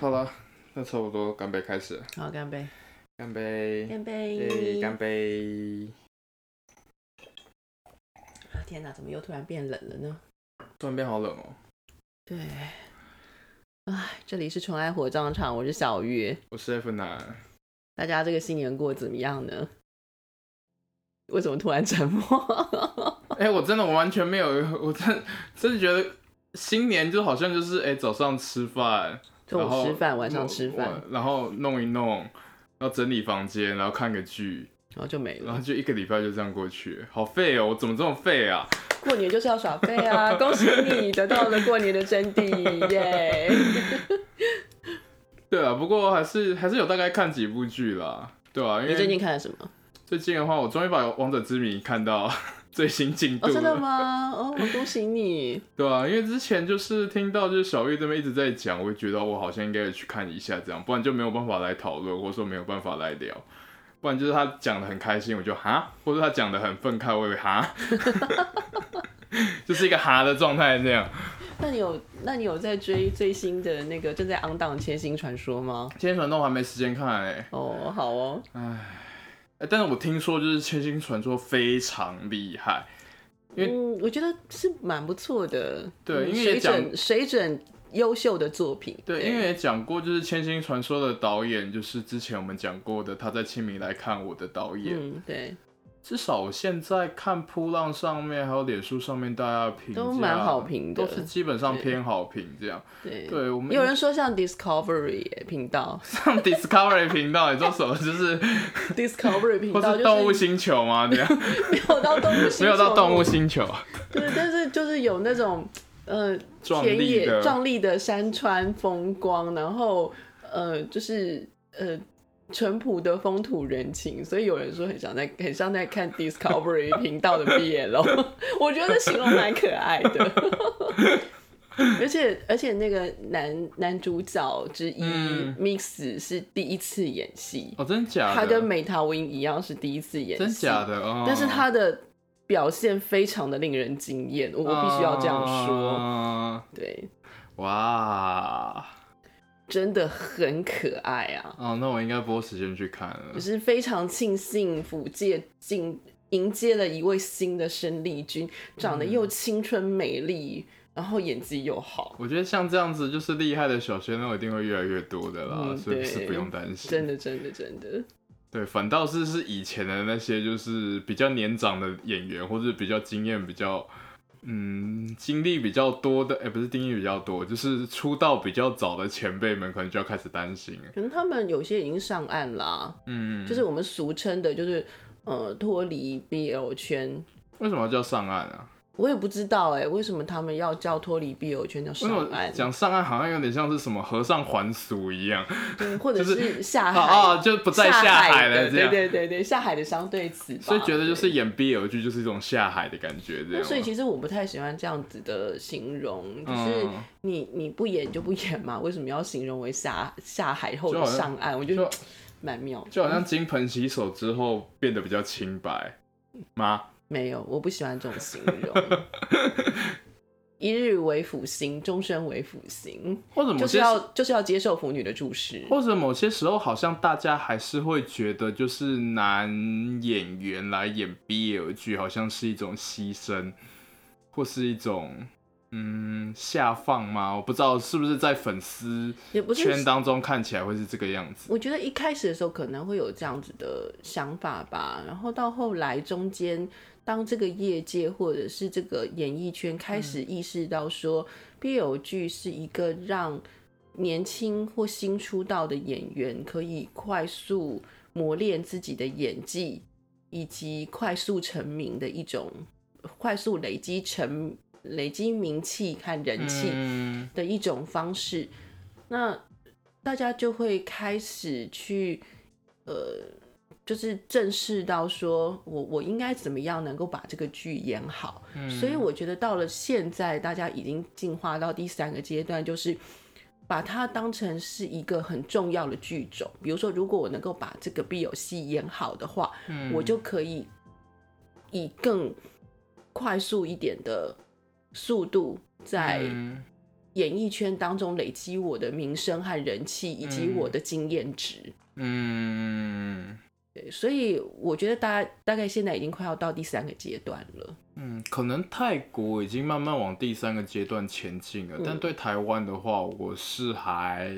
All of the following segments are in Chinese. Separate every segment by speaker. Speaker 1: 好了，那差不多，干杯开始了，
Speaker 2: 好，干杯！
Speaker 1: 干杯，
Speaker 2: 干
Speaker 1: 耶，
Speaker 2: 杯！
Speaker 1: 干杯！
Speaker 2: 啊天哪，怎么又突然变冷了呢？
Speaker 1: 突然变好冷哦，
Speaker 2: 对，唉，这里是纯爱火葬场，我是小月。
Speaker 1: 我是 F 男，
Speaker 2: 大家这个新年过得怎么样呢？为什么突然 沉默？
Speaker 1: 哎、我真的完全没有， 我真真的觉得新年就好像就是哎、早上吃饭，
Speaker 2: 中
Speaker 1: 然后
Speaker 2: 午吃饭，晚上吃饭，
Speaker 1: 我，我然后弄一弄，然后整理房间，然后看个剧，
Speaker 2: 然后就没
Speaker 1: 然后
Speaker 2: 了。
Speaker 1: 就一个礼拜就这样过去，好废哦！我怎么这么废啊？
Speaker 2: 过年就是要耍废 啊！恭喜你得到了过年的真谛，耶！
Speaker 1: 对啊，不过还是还是有大概看几部剧啦，对啊，因
Speaker 2: 你最近
Speaker 1: 为
Speaker 2: 看了什么？
Speaker 1: 最近的话，我终于把《王者之谜》看到 最新进度
Speaker 2: 哦，真的
Speaker 1: 了，
Speaker 2: 吗？哦，我恭喜你！
Speaker 1: 对啊，因为之前就是听到就是小玉这边一直在讲，我就觉得我好像应该去看一下，这样不然就没有办法来讨论，或者说没有办法来聊。不然就是他讲的很开心，我就哈；或者他讲的很愤慨，我也哈， 就是一个哈的状态这样。
Speaker 2: 那你有那你有在追最新的那个正在昂档《千星传说》吗？
Speaker 1: 今天传动还没时间看哎、
Speaker 2: 哦，好哦，
Speaker 1: 哎，但是我听说就是《千星传说》非常厉害，因为
Speaker 2: 嗯，我觉得是蛮不错的，
Speaker 1: 对
Speaker 2: 嗯
Speaker 1: 因为也
Speaker 2: 水
Speaker 1: 讲
Speaker 2: 准水准优秀的作品，
Speaker 1: 对，因为也讲过就是《千星传说》的导演，就是之前我们讲过的，他在《清明来看我》的导演。
Speaker 2: 嗯，对，
Speaker 1: 至少我现在看扑浪上面还有脸书上面大家的评价
Speaker 2: 都蛮好评的
Speaker 1: 都是基本上偏好评这样。
Speaker 2: 对，
Speaker 1: 对我们
Speaker 2: 有人说像 Discovery 耶 频道
Speaker 1: 上 Discovery 频道，你知道 什么？就是
Speaker 2: ，Discovery 频
Speaker 1: 或
Speaker 2: 道
Speaker 1: 是动物
Speaker 2: 就是
Speaker 1: 星球 吗？这样
Speaker 2: 没有到动物星球，
Speaker 1: 没有到动物，星球，
Speaker 2: 对，但是就是有那种呃
Speaker 1: 壮
Speaker 2: 田
Speaker 1: 丽
Speaker 2: 野
Speaker 1: 的
Speaker 2: 壮丽的山川风光，然后呃就是呃淳朴的风土人情，所以有人说很像在很像在看 Discovery 频道的 BL，我觉得形容蛮可爱的。而且而且那个男男主角之一、
Speaker 1: 嗯
Speaker 2: Mix 是第一次演戏，
Speaker 1: 哦，真假的？
Speaker 2: 他跟美桃英一样是第一次演戏，
Speaker 1: 真假的哦，
Speaker 2: 但是他的表现非常的令人惊艳，我我必须要这样说。
Speaker 1: 啊
Speaker 2: 对，
Speaker 1: 哇，
Speaker 2: 真的很可爱啊！
Speaker 1: 哦，那我应该拨时间去看了
Speaker 2: 我。是非常庆幸福界进迎接了一位新的生力军，长得又青春美丽，然后演技又好，
Speaker 1: 我觉得像这样子就是厉害的小鲜肉一定会越来越多的啦，
Speaker 2: 嗯
Speaker 1: 所以是
Speaker 2: 对
Speaker 1: 不用担心。
Speaker 2: 真的真的真的，
Speaker 1: 对，反倒是是以前的那些就是比较年长的演员，或者比较经验比较，嗯，经历比较多的，哎、不是经历比较多，就是出道比较早的前辈们，可能就要开始担心了。
Speaker 2: 可能他们有些已经上岸啦、
Speaker 1: 嗯，
Speaker 2: 就是我们俗称的，就是呃脱离 BL 圈。
Speaker 1: 为什么要叫上岸啊？
Speaker 2: 我也不知道哎、为什么他们要叫脱离 BL 圈叫
Speaker 1: 为什
Speaker 2: 上
Speaker 1: 么
Speaker 2: 岸，
Speaker 1: 讲上岸好像有点像是什么和尚还俗一样？
Speaker 2: 对或者
Speaker 1: 就是
Speaker 2: 下
Speaker 1: 啊
Speaker 2: 海、
Speaker 1: 啊，就不再下海了
Speaker 2: 的
Speaker 1: 这
Speaker 2: 对
Speaker 1: 样。
Speaker 2: 对对对，下海的相对词吧，
Speaker 1: 所以觉得就
Speaker 2: 对
Speaker 1: 是演 BL 剧就是一种下海的感觉，这
Speaker 2: 那
Speaker 1: 样
Speaker 2: 所以
Speaker 1: 吗。
Speaker 2: 其实我不太喜欢这样子的形容，就是
Speaker 1: 嗯
Speaker 2: 你你不演就不演嘛，为什么要形容为下下海后
Speaker 1: 就
Speaker 2: 的
Speaker 1: 好像
Speaker 2: 上岸？我觉得
Speaker 1: 就
Speaker 2: 蛮妙的。
Speaker 1: 就好像金盆洗手之后变得比较清白吗？
Speaker 2: 没有，我不喜欢这种形容。一日为腐星，终身为腐 星，
Speaker 1: 或者某
Speaker 2: 就是
Speaker 1: 些
Speaker 2: 要就是要接受腐女的注视。
Speaker 1: 或者某些时候，好像大家还是会觉得，就是男演员来演 BL 剧，好像是一种牺牲，或是一种嗯下放吗？我不知道是不是在粉丝
Speaker 2: 也不是
Speaker 1: 圈当中看起来会是这个样子。
Speaker 2: 我觉得一开始的时候可能会有这样子的想法吧，然后到后来中间，当这个业界或者是这个演艺圈
Speaker 1: 嗯
Speaker 2: 开始意识到说、BL 剧是一个让年轻或新出道的演员可以快速磨练自己的演技，以及快速成名的一种，快速累积成累积名气和人气
Speaker 1: 嗯，
Speaker 2: 的一种方式，那大家就会开始去呃，就是正视到说我我应该怎么样能够把这个剧演好。
Speaker 1: 嗯
Speaker 2: 所以我觉得到了现在，大家已经进化到第三个阶段，就是。把它当成是一个很重要的剧种，比如说，如果我能够把这个必有戏演好的话，
Speaker 1: 嗯
Speaker 2: 我就可以以更快速一点的速度在
Speaker 1: 嗯
Speaker 2: 演艺圈当中累积我的名声和人气，以及
Speaker 1: 嗯
Speaker 2: 我的经验值。
Speaker 1: 嗯
Speaker 2: 对，所以我觉得大大概现在已经快要到第三个阶段了。
Speaker 1: 嗯，可能泰国已经慢慢往第三个阶段前进了，
Speaker 2: 嗯
Speaker 1: 但对台湾的话，我是还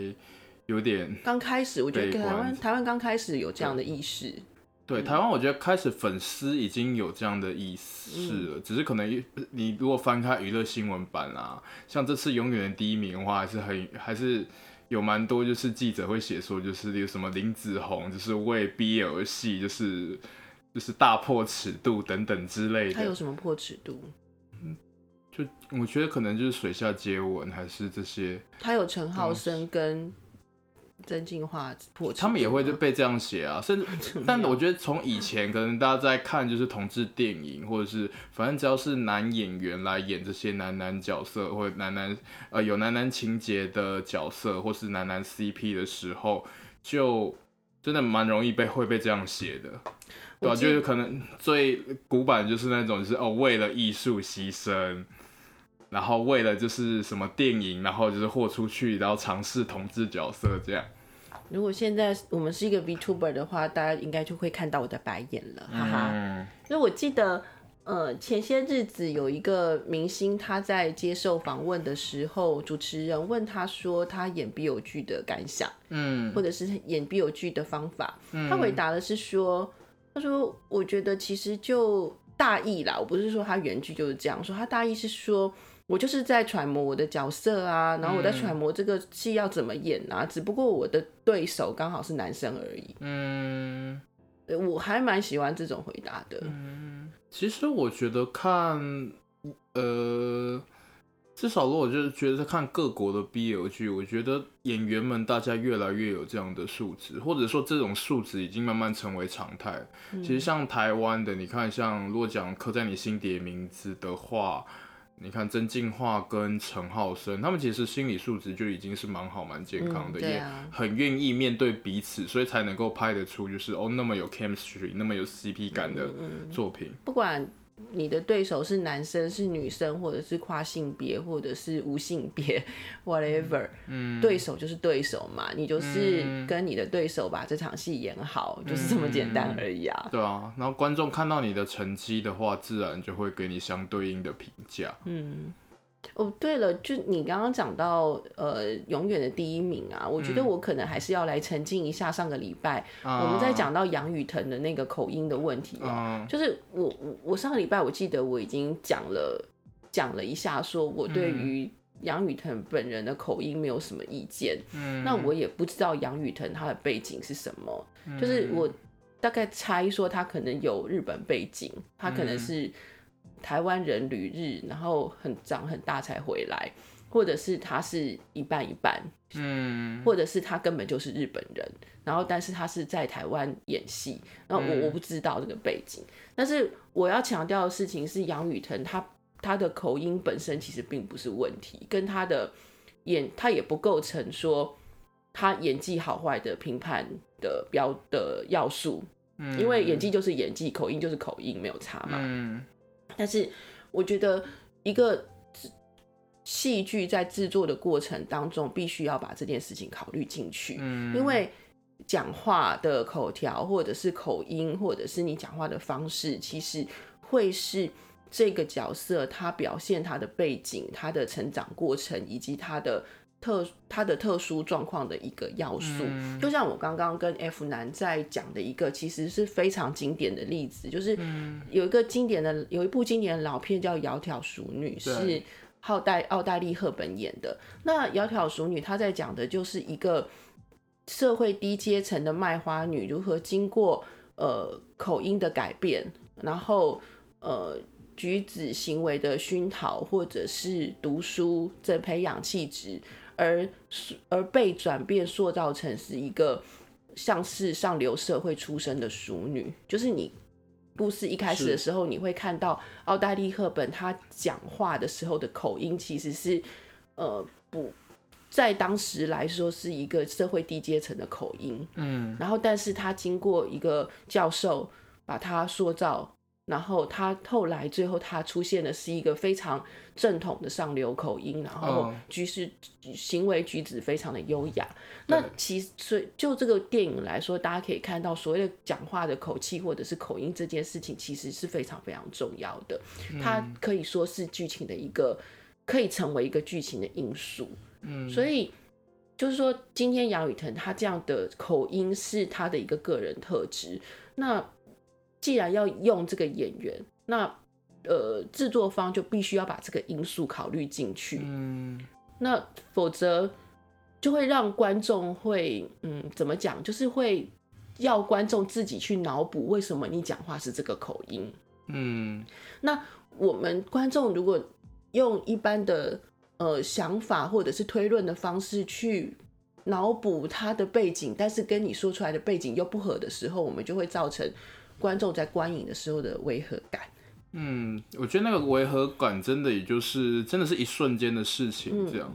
Speaker 1: 有点
Speaker 2: 刚开始，我觉得
Speaker 1: 悲观
Speaker 2: 台湾台湾刚开始有这样的意识，嗯
Speaker 1: 对台湾，我觉得开始粉丝已经有这样的意识了，
Speaker 2: 嗯
Speaker 1: 只是可能一你如果翻开娱乐新闻版啦，像这次永远的第一名的话，还是很还是有蛮多就是记者会写说，就是有什么林子闳就是为 BL 戏就是就是大破尺度等等之类
Speaker 2: 它有
Speaker 1: 的，
Speaker 2: 什么破尺度？
Speaker 1: 就我觉得可能就是水下接吻还是这些，
Speaker 2: 它有陈浩生跟曾静华破
Speaker 1: 嗯
Speaker 2: 尺度吗，
Speaker 1: 他们也会就被这样写啊，甚至
Speaker 2: 怎么样
Speaker 1: 但我觉得从以前可能大家在看就是同志电影，或者是反正只要是男演员来演这些男男角色，或者男男呃有男男情节的角色，或是男男 CP 的时候，就真的蛮容易被会被这样写的。对
Speaker 2: 我
Speaker 1: 啊，
Speaker 2: 记
Speaker 1: 就是可能最古板就是那种就是哦为了艺术牺牲。然后为了就是什么电影，然后就是豁出去，然后尝试同志角色这样。
Speaker 2: 如果现在我们是一个 VTuber 的话，大家应该就会看到我的白眼了，哈哈。
Speaker 1: 嗯
Speaker 2: 所以我记得，呃，前些日子有一个明星，他在接受访问的时候，主持人问他说他演 BL 剧的感想，
Speaker 1: 嗯
Speaker 2: 或者是演 BL 剧的方法。他回答的是说，他说我觉得其实就大意啦，我不是说他原句就是这样说，他大意是说。我就是在揣摩我的角色啊，然后我在
Speaker 1: 嗯
Speaker 2: 揣摩这个戏要怎么演啊，只不过我的对手刚好是男生而已。
Speaker 1: 嗯，
Speaker 2: 呃我还蛮喜欢这种回答的。
Speaker 1: 嗯其实我觉得看，呃，至少如果就是觉得看各国的 BL 剧，我觉得演员们大家越来越有这样的素质，或者说这种素质已经慢慢成为常态。
Speaker 2: 嗯
Speaker 1: 其实像台湾的，你看像如果讲刻在你心底的名字的话。你看曾静华跟陈浩生，他们其实心理素质就已经是蛮好、蛮健康的，
Speaker 2: 嗯对
Speaker 1: 也
Speaker 2: 啊
Speaker 1: 很愿意面对彼此，所以才能够拍得出就是哦那么有 chemistry、那么有 CP 感
Speaker 2: 嗯
Speaker 1: 的作品。
Speaker 2: 不管你的对手是男生、是女生，或者是跨性别，或者是无性别，whatever，、
Speaker 1: 嗯
Speaker 2: 对手就是对手嘛，你就是
Speaker 1: 嗯
Speaker 2: 跟你的对手把这场戏演好，就是这么简
Speaker 1: 嗯
Speaker 2: 单而已啊。
Speaker 1: 对啊，然后观众看到你的成绩的话，自然就会给你相对应的评价。
Speaker 2: 嗯，哦，对了，就你刚刚讲到呃，永远的第一名啊，我
Speaker 1: 嗯
Speaker 2: 觉得我可能还是要来澄清一下，上个礼拜、
Speaker 1: 啊
Speaker 2: 我们在讲到杨雨腾的那个口音的问题啊，
Speaker 1: 嗯，
Speaker 2: 就是我我我上个礼拜我记得我已经讲了讲了一下，说我对于杨雨腾本人的口音没有什么意见。
Speaker 1: 嗯
Speaker 2: 那我也不知道杨雨腾他的背景是什么，
Speaker 1: 嗯
Speaker 2: 就是我大概猜说他可能有日本背景，他可能是台湾人旅日，然后很长很大才回来，或者是他是一半一半，
Speaker 1: 嗯
Speaker 2: 或者是他根本就是日本人，然后但是他是在台湾演戏，然后
Speaker 1: 嗯
Speaker 2: 我我不知道这个背景，但是我要强调的事情是杨雨腾他他的口音本身其实并不是问题，跟他的演他也不构成说他演技好坏的评判的标的要素，
Speaker 1: 嗯
Speaker 2: 因为演技就是演技，口音就是口音，没有差嘛。
Speaker 1: 嗯
Speaker 2: 但是我觉得一个制戏剧在制作的过程当中，必须要把这件事情考虑进去，
Speaker 1: 嗯，
Speaker 2: 因为讲话的口条，或者是口音，或者是你讲话的方式，其实会是。这个角色他表现他的背景、他的成长过程以及他的特他的特殊状况的一个要素。
Speaker 1: 嗯
Speaker 2: 就像我刚刚跟 F 男在讲的一个，其实是非常经典的例子，就是
Speaker 1: 嗯
Speaker 2: 有一个经典的有一部经典的老片叫《窈窕淑女》，
Speaker 1: 对
Speaker 2: 是奥黛奥黛丽·赫本演的。那《窈窕淑女》她在讲的就是一个社会低阶层的卖花女如何经过呃口音的改变，然后呃举止行为的熏陶，或者是读书这培养气质，而而被转变塑造成是一个像是上流社会出身的淑女，就是你。故事一开始的
Speaker 1: 是
Speaker 2: 时候，你会看到奥黛丽·赫本她讲话的时候的口音其实是，呃，不在当时来说是一个社会低阶层的口音，
Speaker 1: 嗯
Speaker 2: 然后但是他经过一个教授把它塑造，然后他后来最后他出现的是一个非常正统的上流口音，然后
Speaker 1: 嗯
Speaker 2: 居士行为举止非常的优雅。那其实所以就这个电影来说，大家可以看到所谓的讲话的口气或者是口音这件事情，其实是非常非常重要的。它
Speaker 1: 嗯
Speaker 2: 可以说是剧情的一个，可以成为一个剧情的因素。
Speaker 1: 嗯，
Speaker 2: 所以就是说，今天杨雨腾他这样的口音是他的一个个人特质。那既然要用这个演员，那呃，制作方就必须要把这个因素考虑进去。
Speaker 1: 嗯
Speaker 2: 那否则就会让观众会，嗯，怎么讲，就是会要观众自己去脑补为什么你讲话是这个口音。
Speaker 1: 嗯
Speaker 2: 那我们观众如果用一般的呃想法或者是推论的方式去脑补他的背景，但是跟你说出来的背景又不合的时候，我们就会造成观众在观影的时候的违和感。
Speaker 1: 嗯，我觉得那个违和感真的也就是真的是一瞬间的事情这样。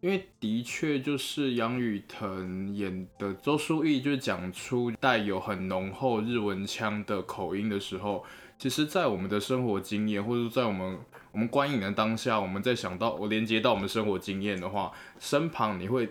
Speaker 1: 因为的确就是杨雨腾演的周书逸，就是讲出带有很浓厚日文腔的口音的时候，其实，在我们的生活经验，或者在我们我们观影的当下，我们在想到我连接到我们生活经验的话，身旁你会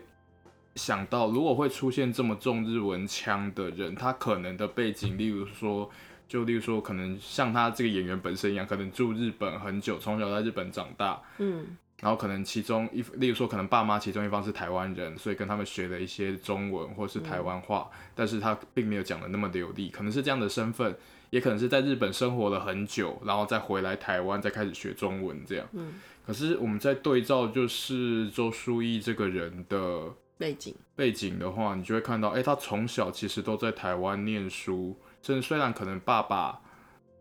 Speaker 1: 想到，如果会出现这么重日文腔的人，他可能的背景，例如说。就例如说，可能像他这个演员本身一样，可能住日本很久，从小在日本长大，
Speaker 2: 嗯
Speaker 1: 然后可能其中一，例如说，可能爸妈其中一方是台湾人，所以跟他们学了一些中文或是台湾话，但是他并没有讲的那么流利，可能是这样的身份，也可能是在日本生活了很久，然后再回来台湾再开始学中文这样。
Speaker 2: 嗯，
Speaker 1: 可是我们在对照就是周书逸这个人的
Speaker 2: 背景，
Speaker 1: 背景的话，你就会看到，哎、他从小其实都在台湾念书，甚至虽然可能爸爸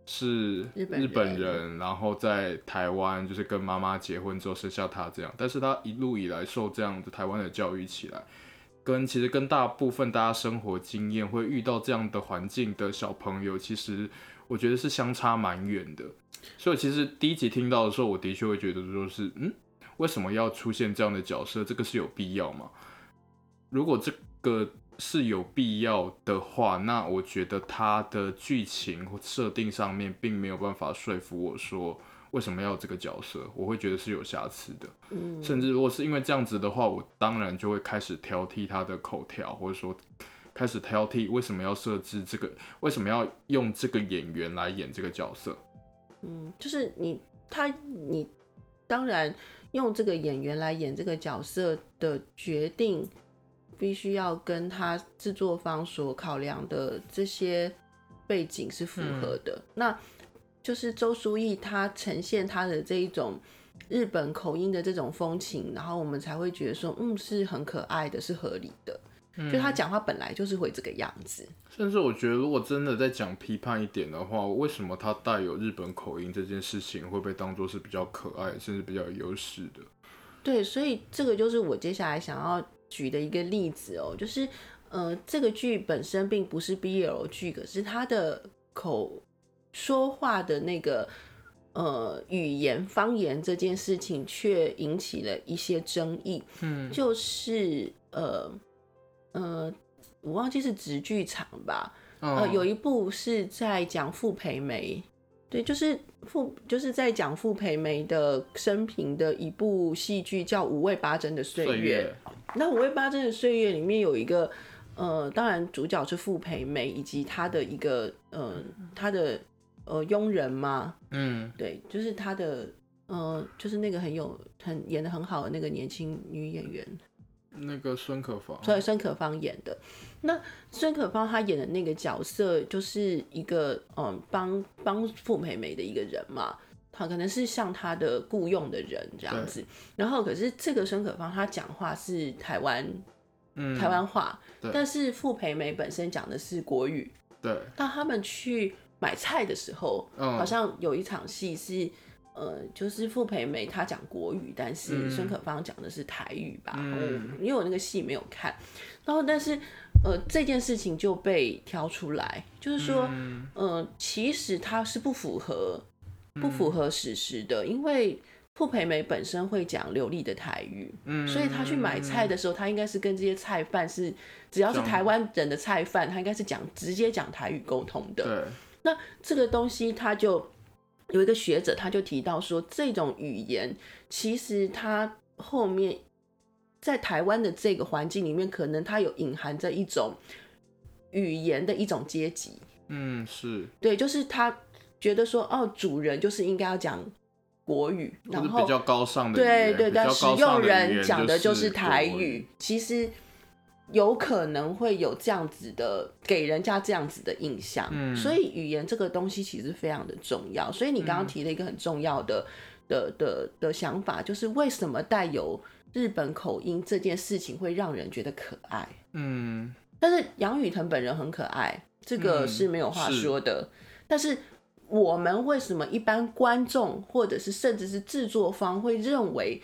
Speaker 1: 是
Speaker 2: 日本
Speaker 1: 日本
Speaker 2: 人
Speaker 1: 人，然后在台湾就是跟妈妈结婚之后生下他这样，但是他一路以来受这样的台湾的教育起来，跟其实跟大部分大家生活经验会遇到这样的环境的小朋友，其实我觉得是相差蛮远的。所以其实第一集听到的时候，我的确会觉得说是，嗯，为什么要出现这样的角色？这个是有必要吗？如果这个是有必要的话，那我觉得它的剧情或设定上面并没有办法说服我说为什么要有这个角色，我会觉得是有瑕疵的。
Speaker 2: 嗯，
Speaker 1: 甚至如果是因为这样子的话，我当然就会开始挑剔他的口条，或者说开始挑剔为什么要设置这个，为什么要用这个演员来演这个角色。
Speaker 2: 嗯，就是你他你当然用这个演员来演这个角色的决定，必须要跟他制作方所考量的这些背景是符合的。那就是周书逸他呈现他的这一种。日本口音的这种风情，然后我们才会觉得说，嗯，是很可爱的，是合理的。就他讲话本来就是会这个样子，
Speaker 1: 甚至我觉得，如果真的在讲批判一点的话，为什么他带有日本口音这件事情会被当做是比较可爱，甚至比较有优势的？
Speaker 2: 对，所以这个就是我接下来想要举的一个例子哦，就是呃，这个剧本身并不是 BL 剧，可是它的口说话的那个呃语言方言这件事情，却引起了一些争议。
Speaker 1: 嗯
Speaker 2: 就是呃呃，我忘记是直剧场吧，呃，
Speaker 1: 嗯
Speaker 2: 有一部是在讲傅培梅，对，就是傅就是在讲傅培梅的生平的一部戏剧，叫《五味八珍的岁
Speaker 1: 岁
Speaker 2: 月》。
Speaker 1: 月，
Speaker 2: 那《五味八珍的岁月》里面有一个，呃，当然主角是傅培梅以及他的一个，呃，他的呃佣人嘛，
Speaker 1: 嗯
Speaker 2: 对，就是他的，呃，就是那个很有很演的很好的那个年轻女演员，
Speaker 1: 那个孙可芳，
Speaker 2: 所以孙可芳演的。那孙可芳她演的那个角色就是一个嗯帮帮傅美美的一个人嘛，她可能是像她的雇佣的人这样子。然后可是这个孙可芳她讲话是台湾
Speaker 1: 嗯
Speaker 2: 台湾话，
Speaker 1: 对
Speaker 2: 但是傅培梅本身讲的是国语。
Speaker 1: 对，
Speaker 2: 当他们去买菜的时候，
Speaker 1: 嗯
Speaker 2: 好像有一场戏是。呃，就是傅培梅她讲国语，但是
Speaker 1: 嗯
Speaker 2: 孙可芳讲的是台语吧？哦
Speaker 1: 嗯
Speaker 2: 我因为我那个戏没有看，然后但是呃这件事情就被挑出来，就是说，
Speaker 1: 嗯
Speaker 2: 呃，其实它是不符合不符合史实的，因为傅培梅本身会讲流利的台语，
Speaker 1: 嗯
Speaker 2: 所以他去买菜的时候，他应该是跟这些菜贩是，只要是
Speaker 1: 讲
Speaker 2: 台湾人的菜贩，他应该是讲直接讲台语沟通的。
Speaker 1: 嗯对，
Speaker 2: 那这个东西，它就有一个学者，他就提到说，这种语言其实它后面在台湾的这个环境里面，可能它有隐含着一种语言的一种阶级。
Speaker 1: 嗯，是，
Speaker 2: 对，就是他觉得说，哦，主人就是应该要讲国语，
Speaker 1: 就
Speaker 2: 然
Speaker 1: 是比
Speaker 2: 后
Speaker 1: 较高尚的语
Speaker 2: 对
Speaker 1: 言，
Speaker 2: 对
Speaker 1: 比较
Speaker 2: 对，使
Speaker 1: 高
Speaker 2: 用
Speaker 1: 尚的语
Speaker 2: 人
Speaker 1: 言
Speaker 2: 讲的就是是台
Speaker 1: 国
Speaker 2: 语，其实有可能会有这样子的，给人家这样子的印象。
Speaker 1: 嗯
Speaker 2: 所以语言这个东西其实非常的重要。所以你刚刚
Speaker 1: 嗯
Speaker 2: 提了一个很重要的、的的的想法，就是为什么带有日本口音这件事情会让人觉得可爱？
Speaker 1: 嗯，
Speaker 2: 但是杨雨腾本人很可爱，这个
Speaker 1: 嗯
Speaker 2: 是没有话
Speaker 1: 是
Speaker 2: 说的。但是我们为什么一般观众或者是甚至是制作方会认为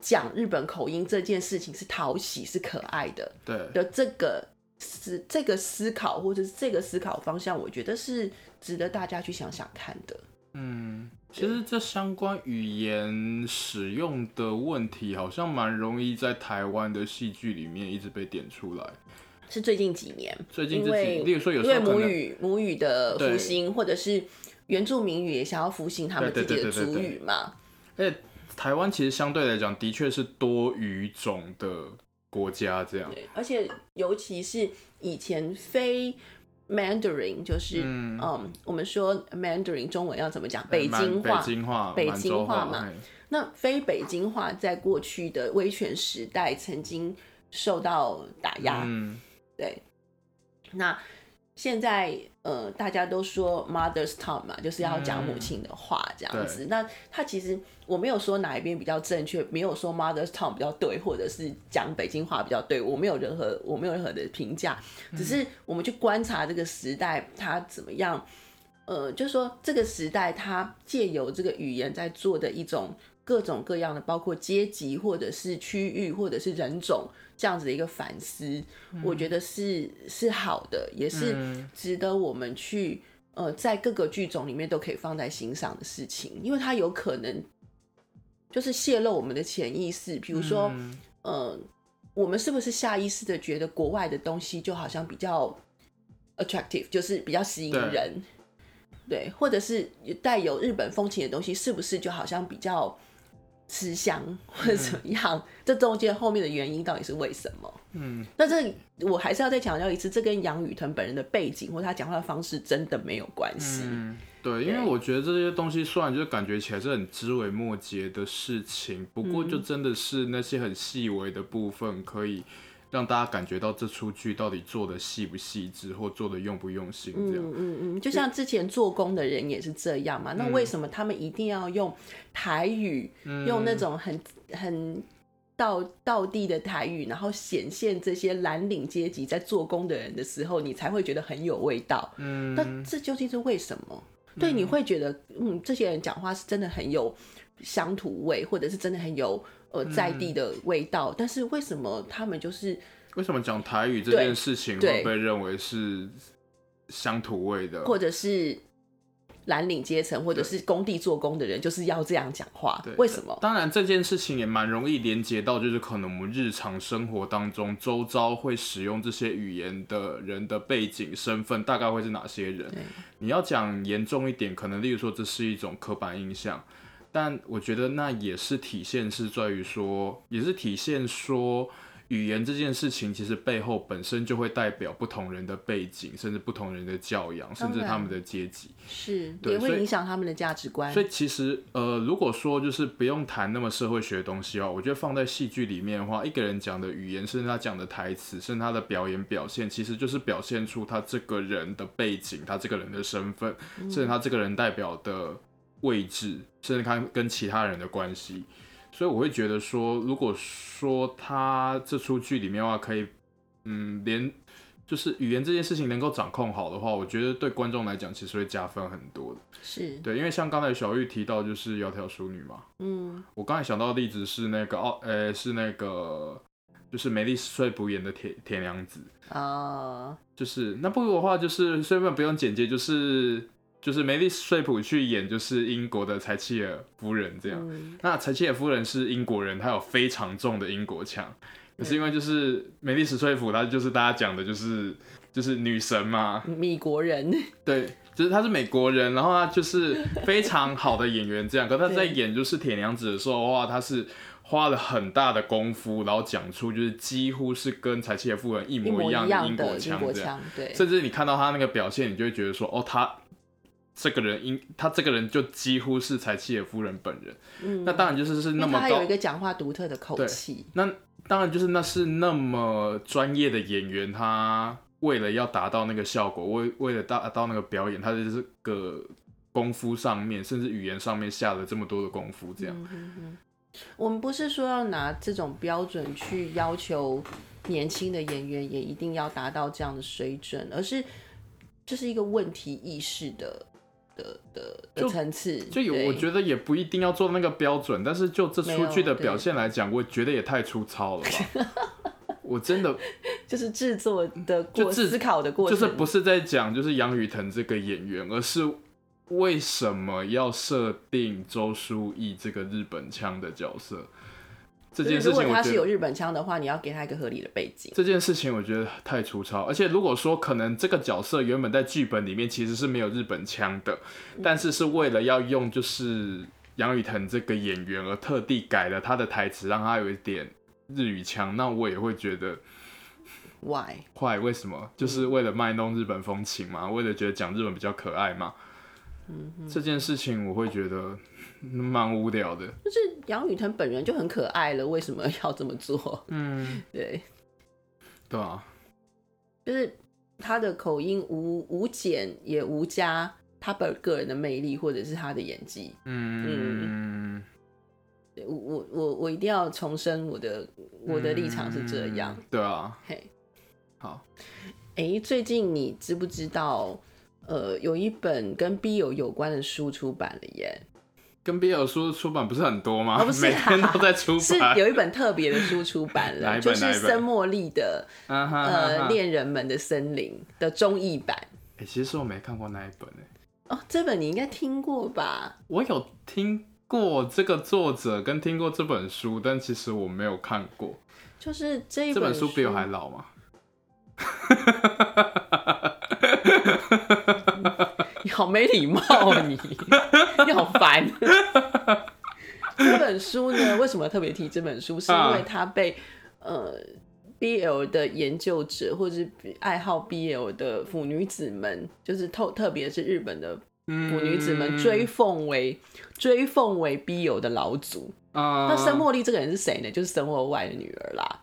Speaker 2: 讲日本口音这件事情是讨喜、是可爱的
Speaker 1: 对，
Speaker 2: 的这个思这个思考或者是这个思考方向，我觉得是值得大家去想想看的。
Speaker 1: 嗯，其实这相关语言使用的问题，好像蛮容易在台湾的戏剧里面一直被点出来。
Speaker 2: 是最近几年，
Speaker 1: 最近
Speaker 2: 因
Speaker 1: 这
Speaker 2: 为
Speaker 1: 几，例如说有时
Speaker 2: 因为
Speaker 1: 候可
Speaker 2: 母
Speaker 1: 能
Speaker 2: 语母语的复
Speaker 1: 对
Speaker 2: 兴，或者是原住民语也想要复兴他们
Speaker 1: 对
Speaker 2: 自
Speaker 1: 对
Speaker 2: 己的
Speaker 1: 对对对
Speaker 2: 族
Speaker 1: 对
Speaker 2: 语嘛，
Speaker 1: 而且台湾其实相对来讲，的确是多语种的国家，这样。
Speaker 2: 对，而且尤其是以前非 Mandarin，就是嗯
Speaker 1: 嗯呃
Speaker 2: 我们说 Mandarin 中文要怎么讲？北
Speaker 1: 满
Speaker 2: 京话
Speaker 1: 北。京话，
Speaker 2: 北
Speaker 1: 满
Speaker 2: 京
Speaker 1: 洲
Speaker 2: 话
Speaker 1: 话
Speaker 2: 嘛
Speaker 1: 嘿
Speaker 2: 那非北京话在过去的威权时代曾经受到打压，
Speaker 1: 嗯，
Speaker 2: 对。那现在呃，大家都说 mother's tongue 嘛，就是要讲母
Speaker 1: 嗯
Speaker 2: 亲的话这样
Speaker 1: 对
Speaker 2: 子。那它其实我没有说哪一边比较正确，没有说 mother's tongue 比较对，或者是讲北京话比较对，我没有任何我没有任何的评价，
Speaker 1: 嗯
Speaker 2: 只是我们去观察这个时代它怎么样。呃，就是说这个时代它借由这个语言在做的一种各种各样的，包括阶级或者是区域或者是人种这样子的一个反思，我觉得是是好的，也是
Speaker 1: 嗯
Speaker 2: 值得我们去呃在各个剧种里面都可以放在心上的事情，因为它有可能就是泄露我们的潜意识，比如说、
Speaker 1: 嗯
Speaker 2: 呃，我们是不是下意识的觉得国外的东西就好像比较 attractive，就是比较吸引
Speaker 1: 对
Speaker 2: 人，对，或者是带有日本风情的东西，是不是就好像比较吃香或者怎么样？这中间后面的原因到底是为什么？
Speaker 1: 嗯，
Speaker 2: 那这我还是要再强调一次，这跟杨雨腾本人的背景或他讲话的方式真的没有关系。
Speaker 1: 嗯，对，因为我觉得这些东西虽然就是感觉起来是很枝微末节的事情，不过就真的是那些很细微的部分，可以让大家感觉到这出剧到底做的细不细致，或做的用不用心这样。
Speaker 2: 嗯嗯嗯，就像之前做工的人也是这样嘛。那
Speaker 1: 嗯
Speaker 2: 为什么他们一定要用台语，嗯
Speaker 1: 嗯
Speaker 2: 用那种很很道道地的台语，然后显现这些蓝领阶级在做工的人的时候，你才会觉得很有味道？
Speaker 1: 嗯，
Speaker 2: 那这究竟是为什么？对，你会觉得，嗯，这些人讲话是真的很有乡土味，或者是真的很有呃在
Speaker 1: 嗯
Speaker 2: 地的味道，但是为什么他们就是
Speaker 1: 为什么讲台语这
Speaker 2: 对
Speaker 1: 件事情
Speaker 2: 对
Speaker 1: 会被认为是乡土味的？
Speaker 2: 或者是蓝领阶层，或者是工地做工的人，就是要这样讲话
Speaker 1: 对，
Speaker 2: 为什么？
Speaker 1: 当然，这件事情也蛮容易连接到，就是可能我们日常生活当中周遭会使用这些语言的人的背景、身份，大概会是哪些人
Speaker 2: 对？
Speaker 1: 你要讲严重一点，可能例如说这是一种刻板印象，但我觉得那也是体现是在于说，也是体现说。语言这件事情，其实背后本身就会代表不同人的背景，甚至不同人的教养，甚至
Speaker 2: 当然
Speaker 1: 他们的阶级。
Speaker 2: 是
Speaker 1: 对
Speaker 2: 也
Speaker 1: 所
Speaker 2: 会
Speaker 1: 以
Speaker 2: 影响他们的价值观
Speaker 1: 所。以其实呃，如果说就是不用谈那么社会学的东西哦，我觉得放在戏剧里面的话，一个人讲的语言，甚至他讲的台词，甚至他的表演表现，其实就是表现出他这个人的背景，他这个人的身份，
Speaker 2: 嗯
Speaker 1: 甚至他这个人代表的位置，甚至他跟其他人的关系。所以我会觉得说，如果说他这出剧里面的话，可以嗯，连就是语言这件事情能够掌控好的话，我觉得对观众来讲其实会加分很多的。
Speaker 2: 是，
Speaker 1: 对，因为像刚才小玉提到就是窈窕淑女嘛，
Speaker 2: 嗯，
Speaker 1: 我刚才想到的例子是那个哦，呃、是那个就是美丽睡捕演的铁铁娘子，
Speaker 2: 啊、
Speaker 1: 就是那部的话就是虽然不用简介，就是就是梅丽睡普去演就是英国的柴契尔夫人这样。
Speaker 2: 嗯，
Speaker 1: 那柴契尔夫人是英国人，她有非常重的英国腔。可是因为就是梅丽史翠普，她就是大家讲的，就是就是女神嘛，
Speaker 2: 嗯米国人，
Speaker 1: 对，就是他是美国人，然后他就是非常好的演员，这样。可 他在
Speaker 2: 对
Speaker 1: 演就是铁娘子的时候的话，他是花了很大的功夫，然后讲出就是几乎是跟柴契尔夫人一
Speaker 2: 一
Speaker 1: 模
Speaker 2: 模
Speaker 1: 一样
Speaker 2: 一
Speaker 1: 的
Speaker 2: 样
Speaker 1: 英
Speaker 2: 的
Speaker 1: 国
Speaker 2: 英
Speaker 1: 腔
Speaker 2: 国
Speaker 1: 这样。
Speaker 2: 腔，对，
Speaker 1: 甚至你看到他那个表现，你就会觉得说，哦，他这个人应他这个人就几乎是柴契尔夫人本人。
Speaker 2: 嗯
Speaker 1: 那当然就是是
Speaker 2: 因
Speaker 1: 那
Speaker 2: 为
Speaker 1: 么
Speaker 2: 他还
Speaker 1: 高
Speaker 2: 有一，个讲话独特的口
Speaker 1: 对
Speaker 2: 气，
Speaker 1: 那当然就是那是那么专业的演员，他为了要达到那个效果，为为了达到那个表演，他在这个功夫上面，甚至语言上面下了这么多的功夫，这样。
Speaker 2: 嗯嗯嗯，我们不是说要拿这种标准去要求年轻的演员也一定要达到这样的水准，而是这是一个问题意识的的的的
Speaker 1: 就
Speaker 2: 层次。
Speaker 1: 就有，
Speaker 2: 对
Speaker 1: 我觉得也不一定要做那个标准，但是就这
Speaker 2: 没
Speaker 1: 出
Speaker 2: 有
Speaker 1: 剧的
Speaker 2: 对
Speaker 1: 表现来讲，我觉得也太粗糙了吧！ 我真的
Speaker 2: 就是制作的过
Speaker 1: 就制
Speaker 2: 思考的过
Speaker 1: 就
Speaker 2: 程，
Speaker 1: 是不是在讲就是杨雨腾这个演员，而是为什么要设定周书逸这个日本腔的角色这
Speaker 2: 就是
Speaker 1: 件事
Speaker 2: 如果
Speaker 1: 情，我
Speaker 2: 他
Speaker 1: 觉
Speaker 2: 是有
Speaker 1: 得。
Speaker 2: 日本腔的话，你要给他一个合理的背景。
Speaker 1: 这件事情我觉得太粗糙，而且如果说可能这个角色原本在剧本里面其实是没有日本腔的，
Speaker 2: 嗯
Speaker 1: 但是是为了要用就是杨雨腾这个演员而特地改了他的台词，让他有一点日语腔，那我也会觉得
Speaker 2: Why？
Speaker 1: 坏，为什么？就是为了卖弄日本风情嘛，为了觉得讲日本比较可爱嘛。
Speaker 2: 嗯
Speaker 1: 这件事情我会觉得嗯蛮无聊的。
Speaker 2: 就是杨雨腾本人就很可爱了，为什么要这么做？
Speaker 1: 嗯，
Speaker 2: 对，
Speaker 1: 对啊，
Speaker 2: 就是他的口音无无减也无加，他本个人的魅力或者是他的演技，
Speaker 1: 嗯，
Speaker 2: 对我我我我一定要重申我的我的立场是这样。
Speaker 1: 嗯。对啊，
Speaker 2: 嘿，
Speaker 1: 好，
Speaker 2: 诶，最近你知不知道？呃，有一本跟 B 友有关的书出版了耶，
Speaker 1: 跟 BL 书出版不是很多吗？
Speaker 2: 哦不是啊
Speaker 1: 每天都在出
Speaker 2: 是
Speaker 1: 版。
Speaker 2: 有一本特别的书出版
Speaker 1: 哪
Speaker 2: 了，
Speaker 1: 一本
Speaker 2: 就是
Speaker 1: 哪一本
Speaker 2: 森茉莉的
Speaker 1: 啊哈哈哈
Speaker 2: 呃 《恋人们的森林》的中译版。
Speaker 1: 诶其实我没看过那一本诶、
Speaker 2: 哦，这本你应该听过吧？
Speaker 1: 我有听过这个作者跟听过这本书，但其实我没有看过。
Speaker 2: 就是这一
Speaker 1: 这
Speaker 2: 本
Speaker 1: 本书比我还老吗？
Speaker 2: 你好没礼貌哦，你 你好烦。这本书呢，为什么特别提这本书？是因
Speaker 1: 啊
Speaker 2: 为它被、呃 BL 的研究者或者是爱好 BL 的腐女子们，就是特特别是日本的腐
Speaker 1: 嗯
Speaker 2: 女子们追奉为、追奉为 BL 的老祖。
Speaker 1: 啊
Speaker 2: 那森茉莉这个人是谁呢？就是森沃外的女儿啦。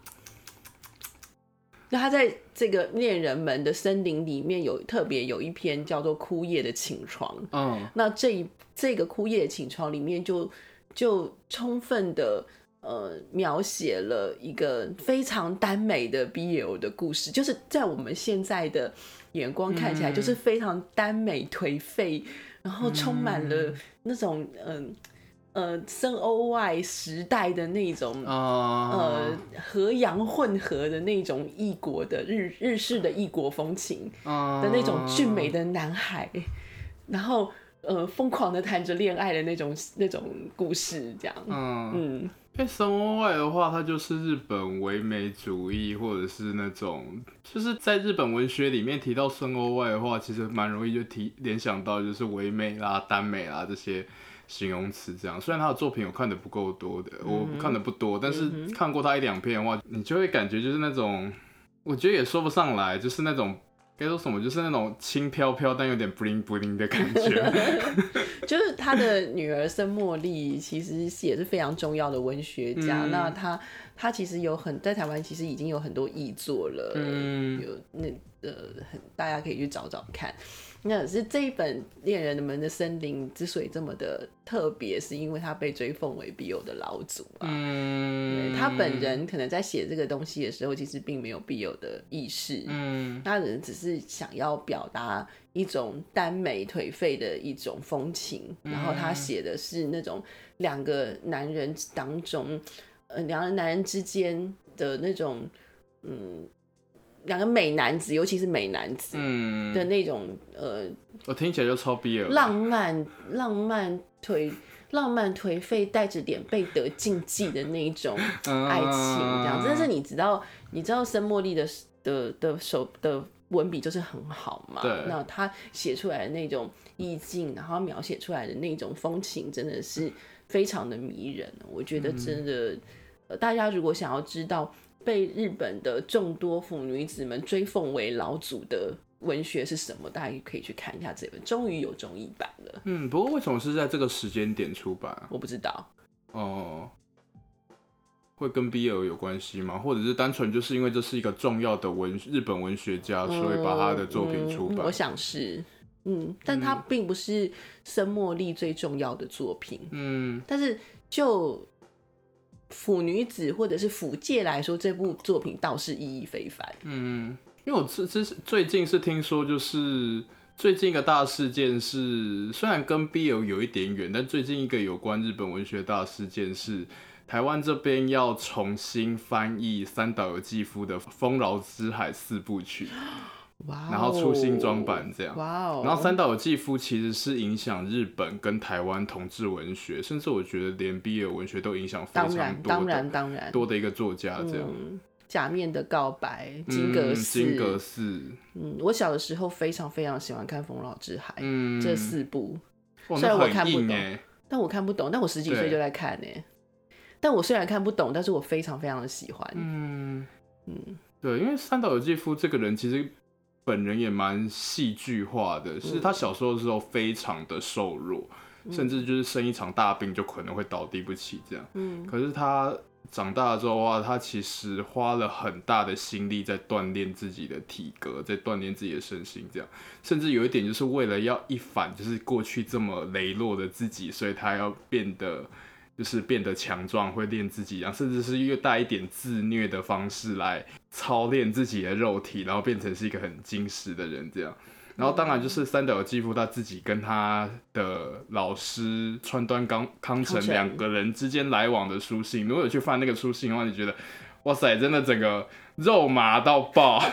Speaker 2: 那她在这个恋人们的森林里面有特别有一篇叫做《枯叶的寝床》，
Speaker 1: 嗯
Speaker 2: 那这一这个枯叶的寝床里面就就充分的呃描写了一个非常耽美的 BL 的故事，就是在我们现在的眼光看起来
Speaker 1: 嗯
Speaker 2: 就是非常耽美颓废，然后充满了那种嗯呃深欧外时代的那种。
Speaker 1: 啊
Speaker 2: 呃，和洋混合的那种异国的日日式的异国风情，的
Speaker 1: 的
Speaker 2: 那种俊
Speaker 1: 哦
Speaker 2: 美的男孩，然后呃疯狂的谈着恋爱的那种那种故事，这样。
Speaker 1: 嗯，
Speaker 2: 嗯，
Speaker 1: 因为神魔外的话，它就是日本唯美主义，或者是那种，就是在日本文学里面提到神魔外的话，其实蛮容易就提联想到就是唯美啦、耽美啦这些形容词这样。虽然他的作品我看的不够多的，
Speaker 2: 嗯
Speaker 1: 我看的不多，但是看过他一两篇的话，你就会感觉就是那种，我觉得也说不上来，就是那种该说什么，就是那种轻飘飘但有点 bling bling 的感 觉。
Speaker 2: 就是他的女儿森茉莉，其实也是非常重要的文学家。
Speaker 1: 嗯
Speaker 2: 那他他其实有很在台湾，其实已经有很多译作了。
Speaker 1: 嗯
Speaker 2: 有那呃，很大家可以去找找看。那可是这一本《恋人们的森林》之所以这么的特别，是因为他被追奉为笔友的老祖啊。对
Speaker 1: 嗯，
Speaker 2: 他本人可能在写这个东西的时候，其实并没有必有的意识，
Speaker 1: 嗯
Speaker 2: 他可能只是想要表达一种耽美颓废的一种风情，然后
Speaker 1: 嗯
Speaker 2: 他写的是那种两个男人当中，呃，两个男人之间的那种，嗯，两个美男子，尤其是美男子。
Speaker 1: 嗯，
Speaker 2: 的那种呃
Speaker 1: 我听起来就超 BL 的。
Speaker 2: 浪漫浪漫颓浪漫颓废，带着点贝德禁忌的那一种
Speaker 1: 嗯
Speaker 2: 爱情这样子。但是你知道，你知道森茉莉的的的手的文笔就是很好嘛
Speaker 1: 对，
Speaker 2: 那他写出来的那种意境，然后描写出来的那种风情，真的是非常的迷人。我觉得真的，呃，大家如果想要知道被日本的众多腐女子们追奉为老祖的文学是什么，大家可以去看一下这本，终于有中译版了。
Speaker 1: 嗯，不过为什么是在这个时间点出版啊？
Speaker 2: 我不知道，
Speaker 1: 哦，会跟 BL 有关系吗？或者是单纯就是因为这是一个重要的文日本文学家，所以把他的作品出
Speaker 2: 嗯嗯
Speaker 1: 版？
Speaker 2: 我想是，嗯，但它并不是森茉莉最重要的作品，
Speaker 1: 嗯，
Speaker 2: 但是就腐女子或者是腐界来说，这部作品倒是意义非凡。
Speaker 1: 嗯，因为我之之最近是听说，就是最近一个大事件是，虽然跟 BL 有一点远，但最近一个有关日本文学大事件是，台湾这边要重新翻译三岛由纪夫的《丰饶之海》四部曲，
Speaker 2: 哇、
Speaker 1: 然后出新装版这样
Speaker 2: 哇哦！
Speaker 1: 然后三岛由纪夫其实是影响日本跟台湾同志文学，甚至我觉得连 BL 文学都影响非常
Speaker 2: 当
Speaker 1: 多
Speaker 2: 然
Speaker 1: 的
Speaker 2: 当然当然，
Speaker 1: 多的一个作家这样。
Speaker 2: 嗯，假面的告白，金阁
Speaker 1: 嗯
Speaker 2: 寺，
Speaker 1: 金阁寺，
Speaker 2: 嗯，我小的时候非常非常喜欢看《风浪之海》
Speaker 1: 嗯，
Speaker 2: 哎这四部，
Speaker 1: 哇
Speaker 2: 虽然
Speaker 1: 那
Speaker 2: 我
Speaker 1: 很
Speaker 2: 看不
Speaker 1: 硬
Speaker 2: 懂
Speaker 1: 欸
Speaker 2: 但我看不懂，但我十几岁
Speaker 1: 对
Speaker 2: 就在看呢、但我虽然看不懂，但是我非常非常的喜欢。
Speaker 1: 嗯，
Speaker 2: 嗯
Speaker 1: 对，因为三岛由纪夫这个人其实本人也蛮戏剧化的，是他小时候的时候非常的瘦弱，甚至就是生一场大病就可能会倒地不起这样。
Speaker 2: 嗯
Speaker 1: 可是他长大了之后啊，他其实花了很大的心力在锻炼自己的体格，在锻炼自己的身心，这样，甚至有一点就是为了要一反就是过去这么羸弱的自己，所以他要变得。就是变得强壮，会练自己一样，甚至是又带一点自虐的方式来操练自己的肉体，然后变成是一个很精实的人这样。然后当然就是三岛由纪夫他自己跟他的老师川端康康成
Speaker 2: 康成
Speaker 1: 两个人之间来往的书信，如果有去翻那个书信的话，你觉得哇塞，真的整个肉麻到爆。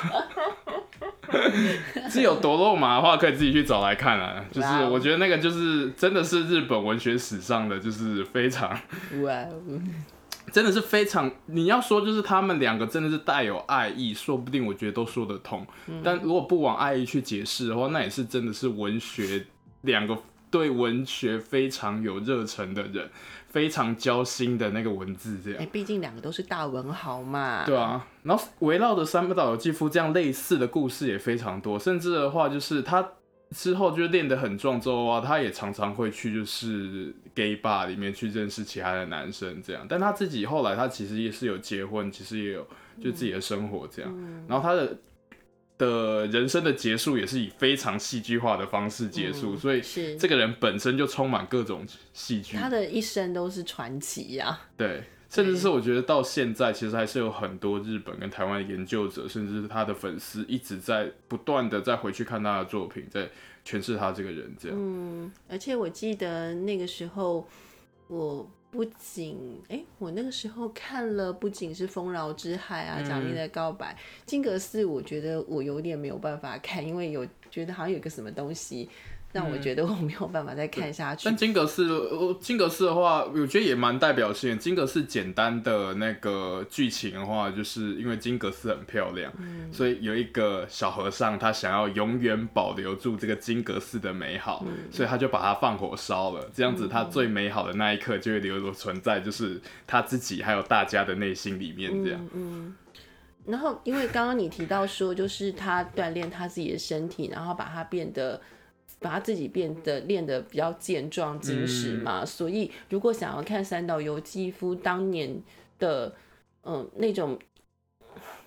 Speaker 1: 是有多肉麻的话，可以自己去找来看啊。就是
Speaker 2: 哇哦
Speaker 1: 我觉得那个就是真的是日本文学史上的就是非常 啊
Speaker 2: 哇哦，
Speaker 1: 真的是非常，你要说就是他们两个真的是带有爱意，说不定我觉得都说得通。
Speaker 2: 嗯
Speaker 1: 但如果不往爱意去解释的话，那也是真的是文学两个对文学非常有热忱的人，非常交心的那个文字这
Speaker 2: 哎、
Speaker 1: 样。
Speaker 2: 毕竟两个都是大文豪嘛。
Speaker 1: 对啊，然后围绕着三不岛由纪夫这样类似的故事也非常多，甚至的话就是他之后就练得很壮之后啊，他也常常会去就是 gay bar 里面去认识其他的男生这样，但他自己后来他其实也是有结婚，其实也有就自己的生活这样，啊
Speaker 2: 嗯
Speaker 1: 然后他的。的人生的结束也是以非常戏剧化的方式结束，
Speaker 2: 嗯
Speaker 1: 所以
Speaker 2: 是
Speaker 1: 这个人本身就充满各种戏剧。
Speaker 2: 他的一生都是传奇啊呀、
Speaker 1: 对，甚至是我觉得到现在，其实还是有很多日本跟台湾的研究者，甚至是他的粉丝，一直在不断的再回去看他的作品，在诠释他这个人这样。
Speaker 2: 嗯，而且我记得那个时候，我不仅哎、我那个时候看了不仅是《丰饶之海》
Speaker 1: 嗯
Speaker 2: 啊，《假面的告白》金阁寺》，我觉得我有点没有办法看，因为有觉得好像有个什么东西让我觉得我没有办法再看下
Speaker 1: 嗯
Speaker 2: 去。
Speaker 1: 但金阁寺，呃金阁寺的话，我觉得也蛮代表性的。金阁寺简单的那个剧情的话，就是因为金阁寺很漂亮，
Speaker 2: 嗯
Speaker 1: 所以有一个小和尚，他想要永远保留住这个金阁寺的美好，
Speaker 2: 嗯
Speaker 1: 所以他就把它放火烧了。这样子，他最美好的那一刻就会留存在，就是他自己还有大家的内心里面。这
Speaker 2: 嗯
Speaker 1: 样，
Speaker 2: 然后，因为刚刚你提到说，就是他锻炼他自己的身体，然后把他变得，把他自己变得练得比较健壮、精实嘛。
Speaker 1: 嗯
Speaker 2: 所以，如果想要看三岛由纪夫当年的，嗯、那种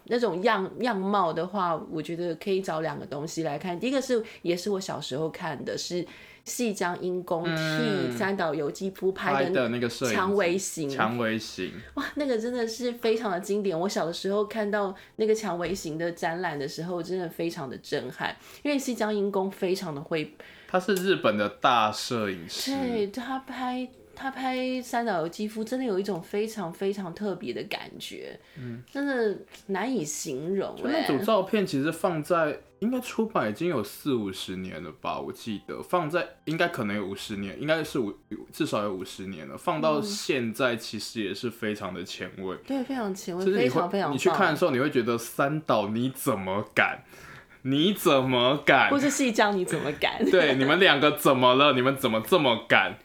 Speaker 2: 那种样样貌的话，我觉得可以找两个东西来看。第一个是，也是我小时候看的，是细江英公替
Speaker 1: 嗯
Speaker 2: 三岛由纪夫
Speaker 1: 拍
Speaker 2: 拍
Speaker 1: 的
Speaker 2: 的
Speaker 1: 那个摄影机
Speaker 2: 蔷薇型，
Speaker 1: 蔷薇型，
Speaker 2: 哇，那个真的是非常的经典。我小的时候看到那个蔷薇型的展览的时候，真的非常的震撼，因为西江英公非常的会，
Speaker 1: 他是日本的大摄影师。
Speaker 2: 对他拍他拍三岛由纪夫，真的有一种非常非常特别的感觉，嗯，真的难以形容、
Speaker 1: 就那
Speaker 2: 哎
Speaker 1: 组照片其实放在应该出版已经有四五十年了吧，我记得放在应该可能有五十年，应该是五至少有五十年了。放
Speaker 2: 嗯
Speaker 1: 到现在其实也是非常的前卫，
Speaker 2: 嗯对，非常前卫，
Speaker 1: 就是
Speaker 2: 非
Speaker 1: 你
Speaker 2: 常非
Speaker 1: 会
Speaker 2: 常
Speaker 1: 你去
Speaker 2: 棒
Speaker 1: 看的时候，你会觉得三岛你怎么敢？你怎么敢
Speaker 2: 或？是细江你怎么敢？
Speaker 1: 对，你们两个怎么了？你们怎么这么敢？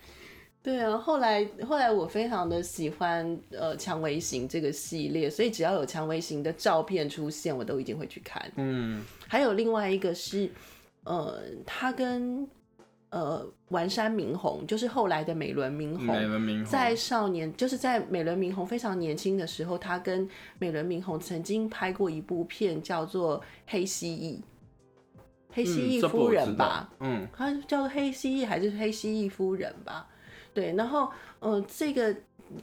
Speaker 2: 对啊，后来后来我非常的喜欢呃《蔷薇行》这个系列，所以只要有《蔷薇行》的照片出现，我都一定会去看。
Speaker 1: 嗯，
Speaker 2: 还有另外一个是，呃，他跟呃丸山明宏，就是后来的美轮明
Speaker 1: 美
Speaker 2: 宏，
Speaker 1: 轮明嗯宏
Speaker 2: 在少年，就是在美轮明宏非常年轻的时候，他跟美轮明宏曾经拍过一部片，叫做《黑蜥蜴》，黑蜥蜴夫人吧，？
Speaker 1: 嗯
Speaker 2: 他叫黑蜥蜴还是黑蜥蜴夫人吧？对，然后呃，这个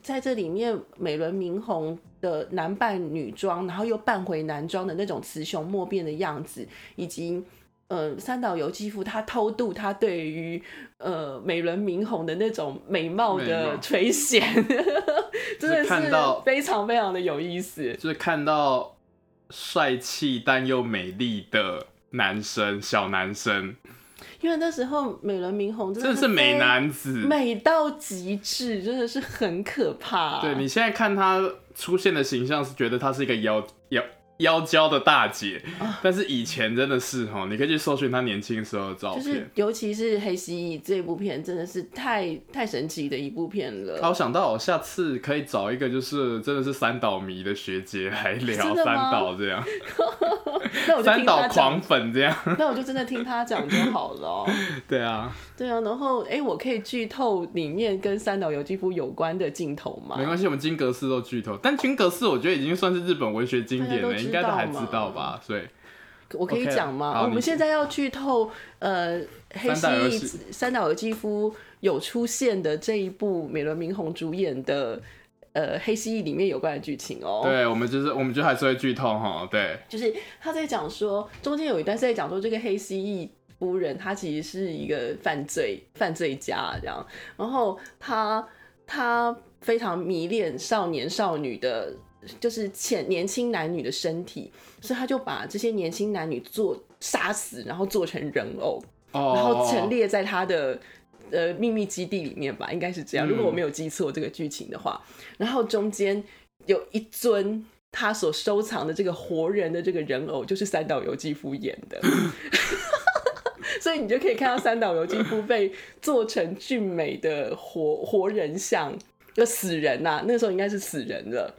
Speaker 2: 在这里面，美轮明宏的男扮女装，然后又扮回男装的那种雌雄莫辨的样子，以及呃三岛由纪夫他偷渡他对于呃美轮明宏的那种美貌
Speaker 1: 美
Speaker 2: 的
Speaker 1: 貌
Speaker 2: 垂涎， 真的
Speaker 1: 是看到
Speaker 2: 是非常非常的有意思
Speaker 1: 这。就是看到帅气但又美丽的男生，小男生，
Speaker 2: 因为那时候美轮明宏真
Speaker 1: 真
Speaker 2: 的
Speaker 1: 的是美
Speaker 2: 非
Speaker 1: 男子，
Speaker 2: 嗯美到极致，真的是很可怕、
Speaker 1: 对你现在看她出现的形象，是觉得她是一个妖妖妖娇的大姐，
Speaker 2: 啊
Speaker 1: 但是以前真的是哦，你可以去搜寻她年轻时候的照
Speaker 2: 就
Speaker 1: 片。
Speaker 2: 是尤其是《黑蜥蜴》这部片，真的是太太神奇的一部片
Speaker 1: 啊
Speaker 2: 了。
Speaker 1: 我想到，我下次可以找一个就是真的是三岛迷的学姐来聊
Speaker 2: 真的
Speaker 1: 三
Speaker 2: 吗
Speaker 1: 岛这样，
Speaker 2: 那我就
Speaker 1: 三
Speaker 2: 听他
Speaker 1: 岛
Speaker 2: 讲
Speaker 1: 狂，粉这样，
Speaker 2: 那我就真的听他讲就好了哦、
Speaker 1: 对啊，
Speaker 2: 对啊，然后哎、诶我可以剧透里面跟三岛由纪夫有关的镜头吗？
Speaker 1: 没关系，我们金格斯都剧透，但金格斯我觉得已经算是日本文学经典
Speaker 2: 大家都
Speaker 1: 了，
Speaker 2: 知
Speaker 1: 应该都
Speaker 2: 道
Speaker 1: 还知
Speaker 2: 嘛
Speaker 1: 道吧？所以
Speaker 2: 我可以
Speaker 1: OK，啊
Speaker 2: 讲吗哦
Speaker 1: 好
Speaker 2: 我们
Speaker 1: 你
Speaker 2: 现在要剧透呃，黑蜥
Speaker 1: 三岛由纪
Speaker 2: 蜴三岛由纪夫有出现的这一部美轮明宏主演的呃黑蜥蜴里面有关的剧情哦、
Speaker 1: 对我们就是我们就还是会剧透哈，对，
Speaker 2: 就是他在讲说，中间有一段是在讲说这个黑蜥蜴夫人，她其实是一个犯罪犯罪家这样，然后她她非常迷恋少年少女的，就是浅年轻男女的身体，所以她就把这些年轻男女做杀死，然后做成人偶，
Speaker 1: 哦，
Speaker 2: 然后陈列在他的呃秘密基地里面吧，应该是这样。
Speaker 1: 嗯
Speaker 2: 如果我没有记错这个剧情的话，然后中间有一尊。他所收藏的这个活人的这个人偶，就是三岛由纪夫演的， 所以你就可以看到三岛由纪夫被做成俊美的活活人像，就死人呐、那时候应该是死人了，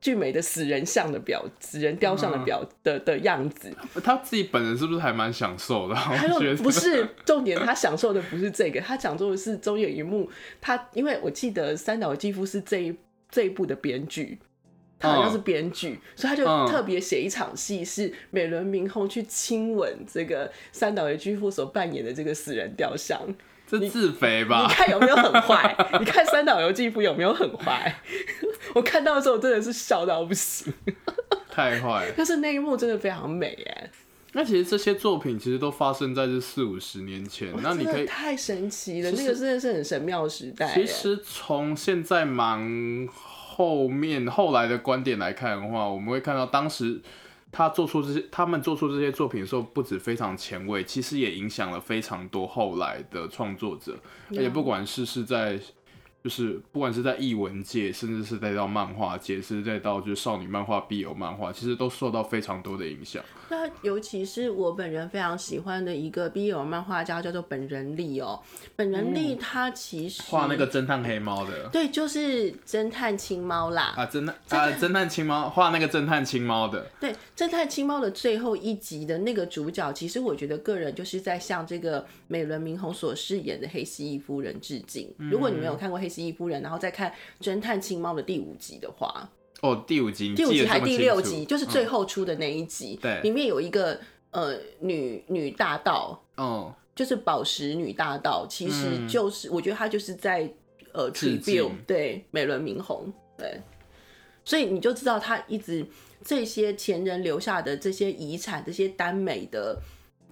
Speaker 2: 俊美的死人像的表，死人雕像的表的的样子，
Speaker 1: 他自己本人是不是还蛮享受的啊？
Speaker 2: 他
Speaker 1: 我觉
Speaker 2: 又
Speaker 1: 得
Speaker 2: 不是重点，他享受的不是这个，他享受的是中野一幕。他因为我记得三岛由纪夫是这一这一部的编剧，他好像是编剧，所以他就
Speaker 1: 嗯
Speaker 2: 特别写一场戏，是美轮明宏去亲吻这个三岛由纪夫所扮演的这个死人雕像。
Speaker 1: 这自肥
Speaker 2: 你
Speaker 1: 吧？
Speaker 2: 看有没有很坏？你看三岛由纪夫有没有很坏？ 我看到的时候真的是笑到不行，
Speaker 1: 太坏了。
Speaker 2: 但是那一幕真的非常美哎，
Speaker 1: 那其实这些作品其实都发生在这四五十年前，哦那你
Speaker 2: 真
Speaker 1: 可
Speaker 2: 的
Speaker 1: 以。
Speaker 2: 太神奇了，
Speaker 1: 其
Speaker 2: 那
Speaker 1: 实
Speaker 2: 个真的是很神妙的时代哎。
Speaker 1: 其实从现在蛮后面后来的观点来看的话，我们会看到当时他做出这些，他们做出这些作品的时候，不止非常前卫，其实也影响了非常多后来的创作者，而
Speaker 2: 啊
Speaker 1: 且不管是是在。就是不管是在译文界，甚至是再到漫画界，甚至再到就是少女漫画、必有漫画，其实都受到非常多的影响。
Speaker 2: 那尤其是我本人非常喜欢的一个 BL 漫画家，叫做本人利哦。本人利他其实
Speaker 1: 嗯画那个侦探黑猫的，
Speaker 2: 对，就是侦探青猫啦。
Speaker 1: 啊，侦探啊，侦探青猫画那个侦探青猫的，
Speaker 2: 对，侦探青猫的最后一集的那个主角，其实我觉得个人就是在向这个美轮明宏所饰演的黑蜥蜴夫人致敬。
Speaker 1: 嗯
Speaker 2: 如果你没有看过黑蜥蜴夫人，然后再看侦探青猫的第五集的话，
Speaker 1: 哦，第五集，你
Speaker 2: 第五
Speaker 1: 记
Speaker 2: 集
Speaker 1: 得
Speaker 2: 还
Speaker 1: 这么
Speaker 2: 第
Speaker 1: 清
Speaker 2: 六
Speaker 1: 楚嗯
Speaker 2: 集，就是最后出的那一集，
Speaker 1: 对
Speaker 2: 里面有一个呃女女大盗，
Speaker 1: 哦，
Speaker 2: 就是宝石女大道，其实
Speaker 1: 嗯
Speaker 2: 就是、我觉得她就是在呃
Speaker 1: 致
Speaker 2: tribute
Speaker 1: 敬
Speaker 2: 对美轮明宏对，所以你就知道她一直这些前人留下的这些遗产，这些耽美的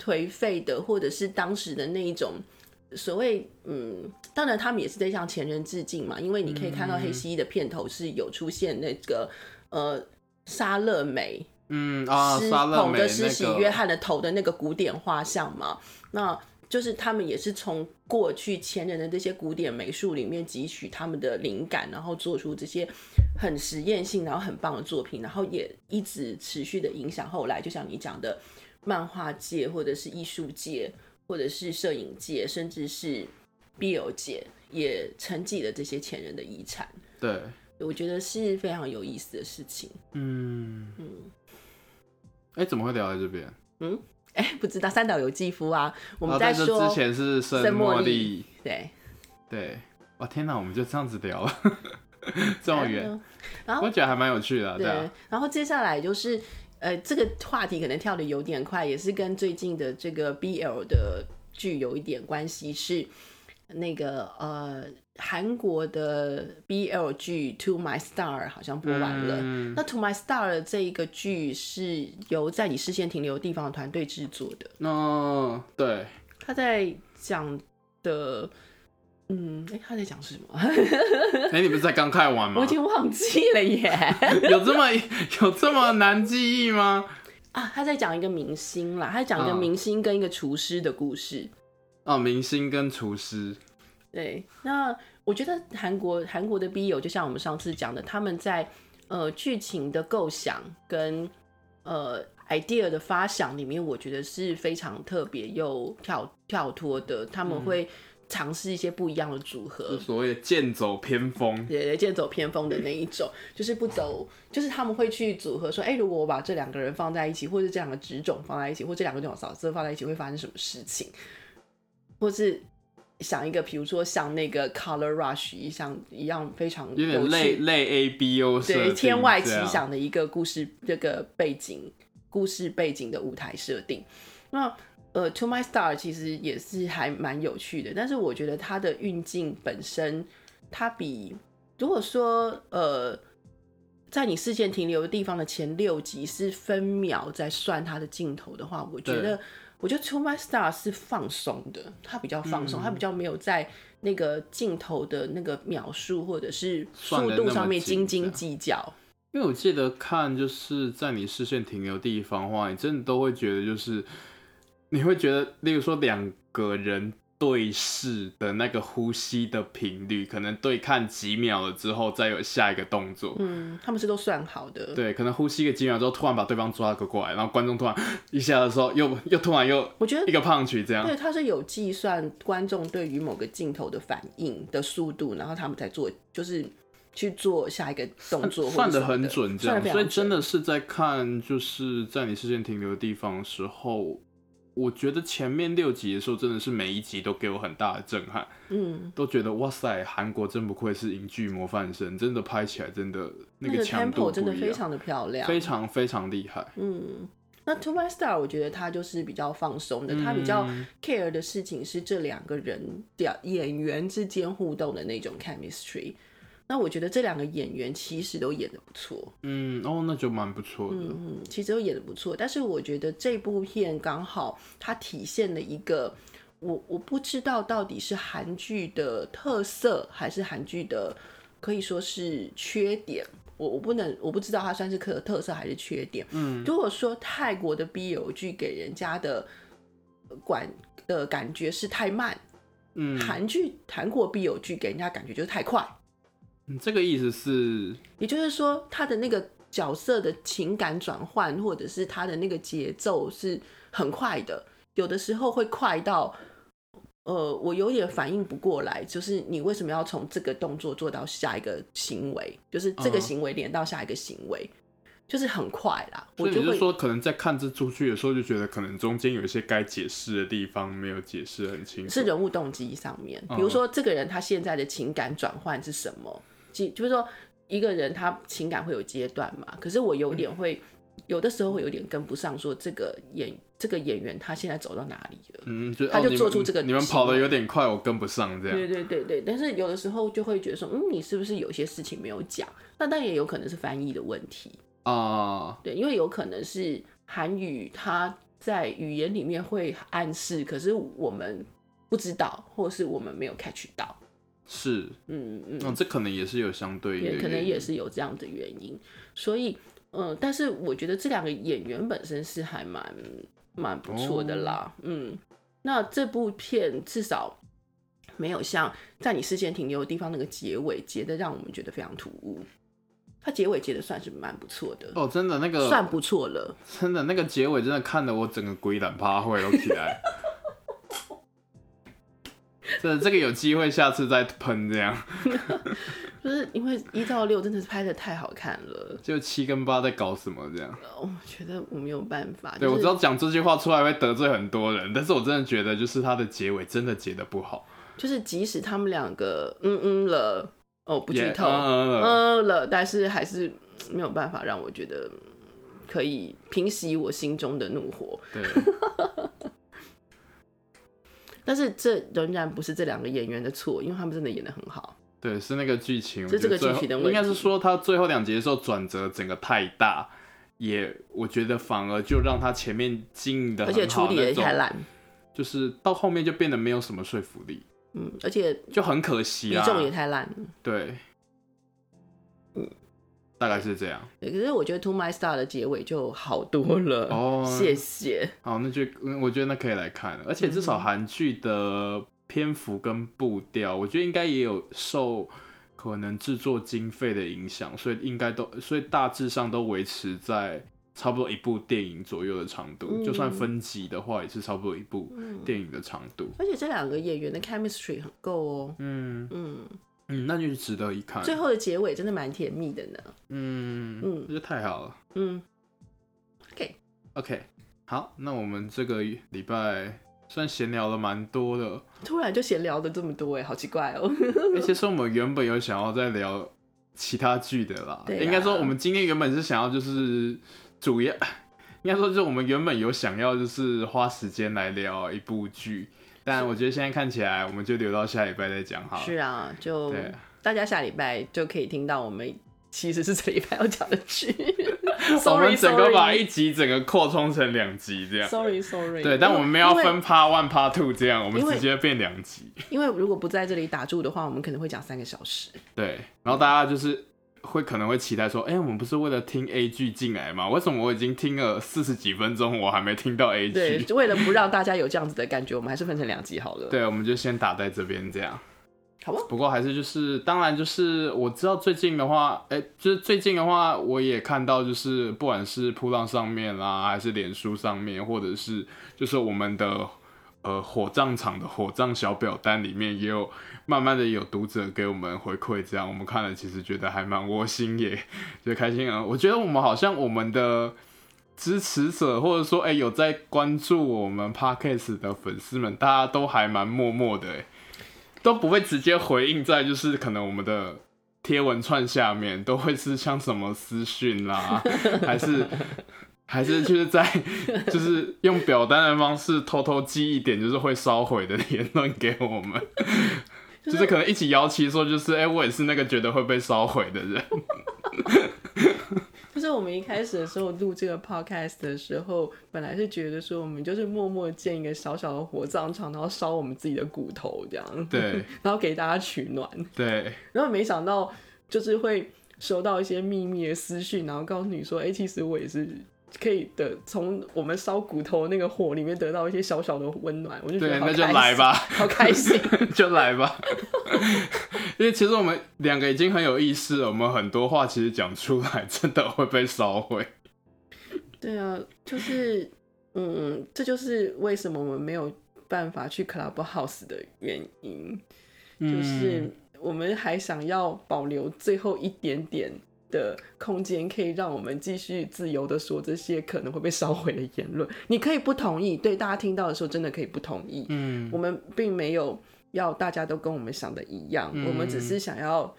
Speaker 2: 颓废的，或者是当时的那一种。所谓嗯，当然他们也是在向前人致敬嘛，因为你可以看到
Speaker 1: 嗯
Speaker 2: 黑蜥蜴的片头是有出现那个呃沙乐美，
Speaker 1: 嗯啊，
Speaker 2: 施
Speaker 1: 沙乐
Speaker 2: 捧
Speaker 1: 美
Speaker 2: 着施
Speaker 1: 那
Speaker 2: 洗约
Speaker 1: 个，
Speaker 2: 翰的头的那个古典画像嘛。那就是他们也是从过去前人的这些古典美术里面汲取他们的灵感，然后做出这些很实验性然后很棒的作品，然后也一直持续的影响后来，就像你讲的，漫画界或者是艺术界，或者是摄影界，甚至是 BL 界，也承继了这些前人的遗产。
Speaker 1: 对，
Speaker 2: 我觉得是非常有意思的事情。
Speaker 1: 嗯，
Speaker 2: 嗯，
Speaker 1: 哎、怎么会聊到这边？
Speaker 2: 哎，不知道三岛由纪夫啊，我们
Speaker 1: 啊
Speaker 2: 在
Speaker 1: 但是
Speaker 2: 说、
Speaker 1: 之前是圣
Speaker 2: 圣茉
Speaker 1: 茉
Speaker 2: 莉
Speaker 1: 莉，
Speaker 2: 对，
Speaker 1: 对，哇天哪，我们就这样子聊 了，这么远，
Speaker 2: 然后
Speaker 1: 我觉得还蛮有趣的啊、对
Speaker 2: 啊对
Speaker 1: 啊，，
Speaker 2: 然后接下来就是呃，这个话题可能跳的有点快，也是跟最近的这个 BL 的剧有一点关系，是那个呃韩国的 BL 剧《To My Star》好像播完了。
Speaker 1: 嗯
Speaker 2: 那《To My Star》的这一个剧是由在你视线停留的地方的团队制作的，
Speaker 1: 那 对，
Speaker 2: 他在讲的，嗯，哎、他在讲什么？
Speaker 1: 哎、你不是才刚看完吗
Speaker 2: 我已？经忘记了耶。
Speaker 1: 有这么有这么难记忆吗？
Speaker 2: 啊，他在讲一个明星啦，他讲一个
Speaker 1: 嗯
Speaker 2: 明星跟一个厨师的故事。
Speaker 1: 哦，明星跟厨师，
Speaker 2: 对，那我觉得韩国韩国的 BL 就像我们上次讲的，他们在呃剧情的构想跟呃 idea 的发想里面，我觉得是非常特别又跳跳脱的，他们会尝试一些不一样的组合。
Speaker 1: 就所谓的剑走偏锋，
Speaker 2: 对对，剑走偏锋的那一种，就是不走，就是他们会去组合说，哎、如果我把这两个人放在一起，或者这两个职种放在一起，或这两个种角色放在一起，会发生什么事情，或是想一个，比如说像那个 Color Rush 一样一样非常
Speaker 1: 有点
Speaker 2: 有
Speaker 1: 类
Speaker 2: 趣，
Speaker 1: 类 A B O 设
Speaker 2: 对，
Speaker 1: 定
Speaker 2: 天外奇
Speaker 1: 这样，
Speaker 2: 想的一个故事，这个背景故事背景的舞台设定。那呃，To My Star 其实也是还蛮有趣的，但是我觉得它的运镜本身，它比如果说呃，在你视线停留的地方的前六集是分秒在算它的镜头的话，我觉
Speaker 1: 对
Speaker 2: 得。我觉得《To My Star》是放松的，它比较放
Speaker 1: 嗯
Speaker 2: 松，它比较没有在那个镜头的那个秒数或者是
Speaker 1: 算
Speaker 2: 速
Speaker 1: 得
Speaker 2: 度
Speaker 1: 那么
Speaker 2: 上面
Speaker 1: 紧
Speaker 2: 斤
Speaker 1: 这
Speaker 2: 斤
Speaker 1: 样
Speaker 2: 计较。
Speaker 1: 因为我记得看就是在你视线停留地方的话，你真的都会觉得就是你会觉得，例如说两个人对视的那个呼吸的频率，可能对看几秒了之后再有下一个动作。
Speaker 2: 嗯，他们是都算好的。
Speaker 1: 对，可能呼吸个几秒之后，突然把对方抓个过来，然后观众突然 一下的时候，又又突然又
Speaker 2: 我觉得
Speaker 1: 一个胖曲这样
Speaker 2: 对，。它是有计算观众对于某个镜头的反应的速度，然后他们才做，就是去做下一个动作或
Speaker 1: 算
Speaker 2: 者什
Speaker 1: 的
Speaker 2: 么
Speaker 1: 很准，这
Speaker 2: 算
Speaker 1: 样
Speaker 2: 得，非
Speaker 1: 所以
Speaker 2: 常
Speaker 1: 真
Speaker 2: 准。
Speaker 1: 的是在看，就是在你视线停留的地方的时候，我觉得前面六集的时候，真的是每一集都给我很大的震撼，
Speaker 2: 嗯，
Speaker 1: 都觉得哇塞，韩国真不愧是英剧模范生，真的拍起来真的
Speaker 2: 那
Speaker 1: 个强度
Speaker 2: tempo 真的
Speaker 1: 不一
Speaker 2: 非
Speaker 1: 样
Speaker 2: 常的漂亮，
Speaker 1: 非常非常厉害，
Speaker 2: 嗯，那 To My Star 我觉得他就是比较放松的，他比较
Speaker 1: 嗯
Speaker 2: care 的事情是这两个人表演员之间互动的那种 chemistry。那我觉得这两个演员其实都演的不错，
Speaker 1: 嗯，哦，那就蛮不错的，
Speaker 2: 嗯，其实都演的不错。但是我觉得这部片刚好它体现了一个我我不知道到底是韩剧的特色还是韩剧的可以说是缺点。我我不能我不知道它算是特特色还是缺点。
Speaker 1: 嗯，
Speaker 2: 如果说泰国的 BL 剧给人家的呃管的感觉是太慢，
Speaker 1: 嗯，
Speaker 2: 韩剧韩国 BL 剧给人家感觉就是太快，
Speaker 1: 嗯这个意思是，
Speaker 2: 也就是说他的那个角色的情感转换或者是他的那个节奏是很快的，有的时候会快到。呃，我有点反应不过来，就是你为什么要从这个动作做到下一个行为，就是这个
Speaker 1: 嗯
Speaker 2: 行为连到下一个行为，就是很快啦。我
Speaker 1: 所以
Speaker 2: 就
Speaker 1: 你
Speaker 2: 会
Speaker 1: 是说，可能在看这出剧的时候，就觉得可能中间有一些该解释的地方没嗯有解释得很清楚，
Speaker 2: 是人物动机上面，比如说这个人他现在的情感转换是什么？即就是说一个人他情感会有阶段嘛，可是我有点会，有的时候会有点跟不上，说这个演这个演员他现在走到哪里了？
Speaker 1: 嗯，就
Speaker 2: 他
Speaker 1: 哦
Speaker 2: 就
Speaker 1: 你
Speaker 2: 做
Speaker 1: 们
Speaker 2: 出这个
Speaker 1: 你们
Speaker 2: 行
Speaker 1: 跑的
Speaker 2: 为
Speaker 1: 有点快，我跟不上这样。
Speaker 2: 对对对对，但是有的时候就会觉得说，嗯，你是不是有些事情没有讲？那但也有可能是翻译的问题，
Speaker 1: 啊、
Speaker 2: 对，因为有可能是韩语它在语言里面会暗示，可是我们不知道，或是我们没有 catch 到，
Speaker 1: 是，
Speaker 2: 嗯嗯。
Speaker 1: 那、这可能也是有相对应的
Speaker 2: 也可能
Speaker 1: 原
Speaker 2: 也
Speaker 1: 因
Speaker 2: 是有这样的原因，所以，嗯，但
Speaker 1: 哦
Speaker 2: 是我觉得这两个演员本身是还蛮蛮不错的啦，嗯，那这部片至少没有像在你视线停留的地方那个结尾结的让我们觉得非常突兀，它结尾结的算是蛮不错的，
Speaker 1: 哦，真的那个
Speaker 2: 算不错了。
Speaker 1: 真的那个结尾真的看得我整个鬼胆趴会都起来。 真的，这个有机会下次再喷这样，
Speaker 2: 就是因为一到六真的是拍的太好看了，
Speaker 1: 就七跟八在搞什么这样。
Speaker 2: 呃我觉得我没有办法。
Speaker 1: 对，
Speaker 2: 就是
Speaker 1: 我知道讲这句话出来会得罪很多人，但是我真的觉得就是它的结尾真的结的不好，
Speaker 2: 就是即使他们两个嗯嗯了，哦不剧
Speaker 1: 也
Speaker 2: 透，
Speaker 1: 嗯嗯嗯
Speaker 2: 嗯了，但是还是嗯没有办法让我觉得嗯可以平息我心中的怒火。
Speaker 1: 对，
Speaker 2: 但是这仍然不是这两个演员的错，因为他们真的演的很好。
Speaker 1: 对，是那个剧情，
Speaker 2: 是这个
Speaker 1: 我觉得
Speaker 2: 剧情
Speaker 1: 最
Speaker 2: 的
Speaker 1: 后
Speaker 2: 问题
Speaker 1: 应该是说他最后两集的时候转折整个太大，也我觉得反而就让他前面进的
Speaker 2: 而且处理的太，烂，
Speaker 1: 就是到后面就变得没有什么说服力，
Speaker 2: 嗯，而且
Speaker 1: 就很可惜
Speaker 2: 比
Speaker 1: 啊。
Speaker 2: 重也太烂了。
Speaker 1: 对，
Speaker 2: 嗯呃
Speaker 1: 大概是这样。
Speaker 2: 对，可是我觉得《To My Star》的结尾就好多了，
Speaker 1: 哦
Speaker 2: 谢谢。
Speaker 1: 好，那就嗯我觉得那可以来看了，而且至少
Speaker 2: 嗯
Speaker 1: 韩剧的篇幅跟步调，我觉得应该也有受可能制作经费的影响，所以应该都所以大致上都维持在差不多一部电影左右的长度，
Speaker 2: 嗯
Speaker 1: 就算分集的话也是差不多一部电影的长度。
Speaker 2: 而且这两个演员的 chemistry 很够哦，
Speaker 1: 嗯
Speaker 2: 嗯，
Speaker 1: 嗯，那就值得一看。
Speaker 2: 最后的结尾真的蛮甜蜜的呢，
Speaker 1: 嗯
Speaker 2: 嗯
Speaker 1: 嗯，那就太好了。
Speaker 2: 嗯。OK，
Speaker 1: OK，好，那我们这个礼拜算闲聊了蛮多的。
Speaker 2: 突然就闲聊的这么多哎，好奇怪哦。
Speaker 1: 欸其实我们原本有想要再聊其他剧的啦，
Speaker 2: 对啊
Speaker 1: 应该说我们今天原本是想要就是主要，应该说就是我们原本有想要就是花时间来聊一部剧，但我觉得现在看起来我们就留到下礼拜再讲好了。
Speaker 2: 是啊，就
Speaker 1: 对
Speaker 2: 大家下礼拜就可以听到我们其实是这礼拜要讲的 剧。
Speaker 1: 我们
Speaker 2: sorry
Speaker 1: 整个把
Speaker 2: sorry
Speaker 1: 一集整个扩充成两集这样。
Speaker 2: sorry sorry。
Speaker 1: 对，但我们没有要
Speaker 2: 因为
Speaker 1: 分 part one、part two 这样，我们
Speaker 2: 因为
Speaker 1: 直接变两集。
Speaker 2: 因为如果不在这里打住的话，我们可能会讲三个小时。
Speaker 1: 对，然后大家就是会可能会期待说，哎、我们不是为了听 A 剧进来吗？为什么我已经听了四十几分钟，我还没听到 A
Speaker 2: 对
Speaker 1: 剧？，
Speaker 2: 为了不让大家有这样子的感觉，我们还是分成两集好了。，
Speaker 1: 对，我们就先打在这边这样。
Speaker 2: 好吧。
Speaker 1: 不过还是就是，当然就是我知道最近的话，哎、就是最近的话，我也看到就是不管是扑浪上面啦，还是脸书上面，或者是就是我们的呃火葬场的火葬小表单里面，也有慢慢的有读者给我们回馈，这样我们看了其实觉得还蛮窝心耶，觉得开心啊。我觉得我们好像我们的。支持者或者说哎、有在关注我们 podcast 的粉丝们，大家都还蛮默默的哎、都不会直接回应在就是可能我们的贴文串下面，都会是像什么私讯啦， 还是还是就是在就是用表单的方式偷偷寄一点就是会烧毁的言论给我们， 就是可能一起摇旗说就是哎、我也是那个觉得会被烧毁的 人，
Speaker 2: 就是我们一开始的时候录这个 podcast 的时候，本来是觉得说我们就是默默建一个小小的火葬场，然后烧我们自己的骨头这样，
Speaker 1: 对
Speaker 2: 然后给大家取暖。
Speaker 1: 对
Speaker 2: 然后没想到就是会收到一些秘密的私讯，然后告诉你说，哎、其实我也是可以的，从我们烧骨头那个火里面得到一些小小的温暖，我就觉
Speaker 1: 对，
Speaker 2: 得好
Speaker 1: 那
Speaker 2: 开
Speaker 1: 就
Speaker 2: 心，
Speaker 1: 来，吧。
Speaker 2: 好开心。
Speaker 1: 就来吧。 因为其实我们两个已经很有意识了，我们很多话其实讲出来真的会被烧毁。
Speaker 2: 对啊，就是嗯，这就是为什么我们没有办法去 Clubhouse 的原因，
Speaker 1: 嗯
Speaker 2: 就是我们还想要保留最后一点点。的空间可以让我们继续自由的说这些可能会被烧毁的言论，你可以不同意，对大家听到的时候真的可以不同意。
Speaker 1: 嗯
Speaker 2: 我们并没有要大家都跟我们想的一样，
Speaker 1: 嗯
Speaker 2: 我们只是想要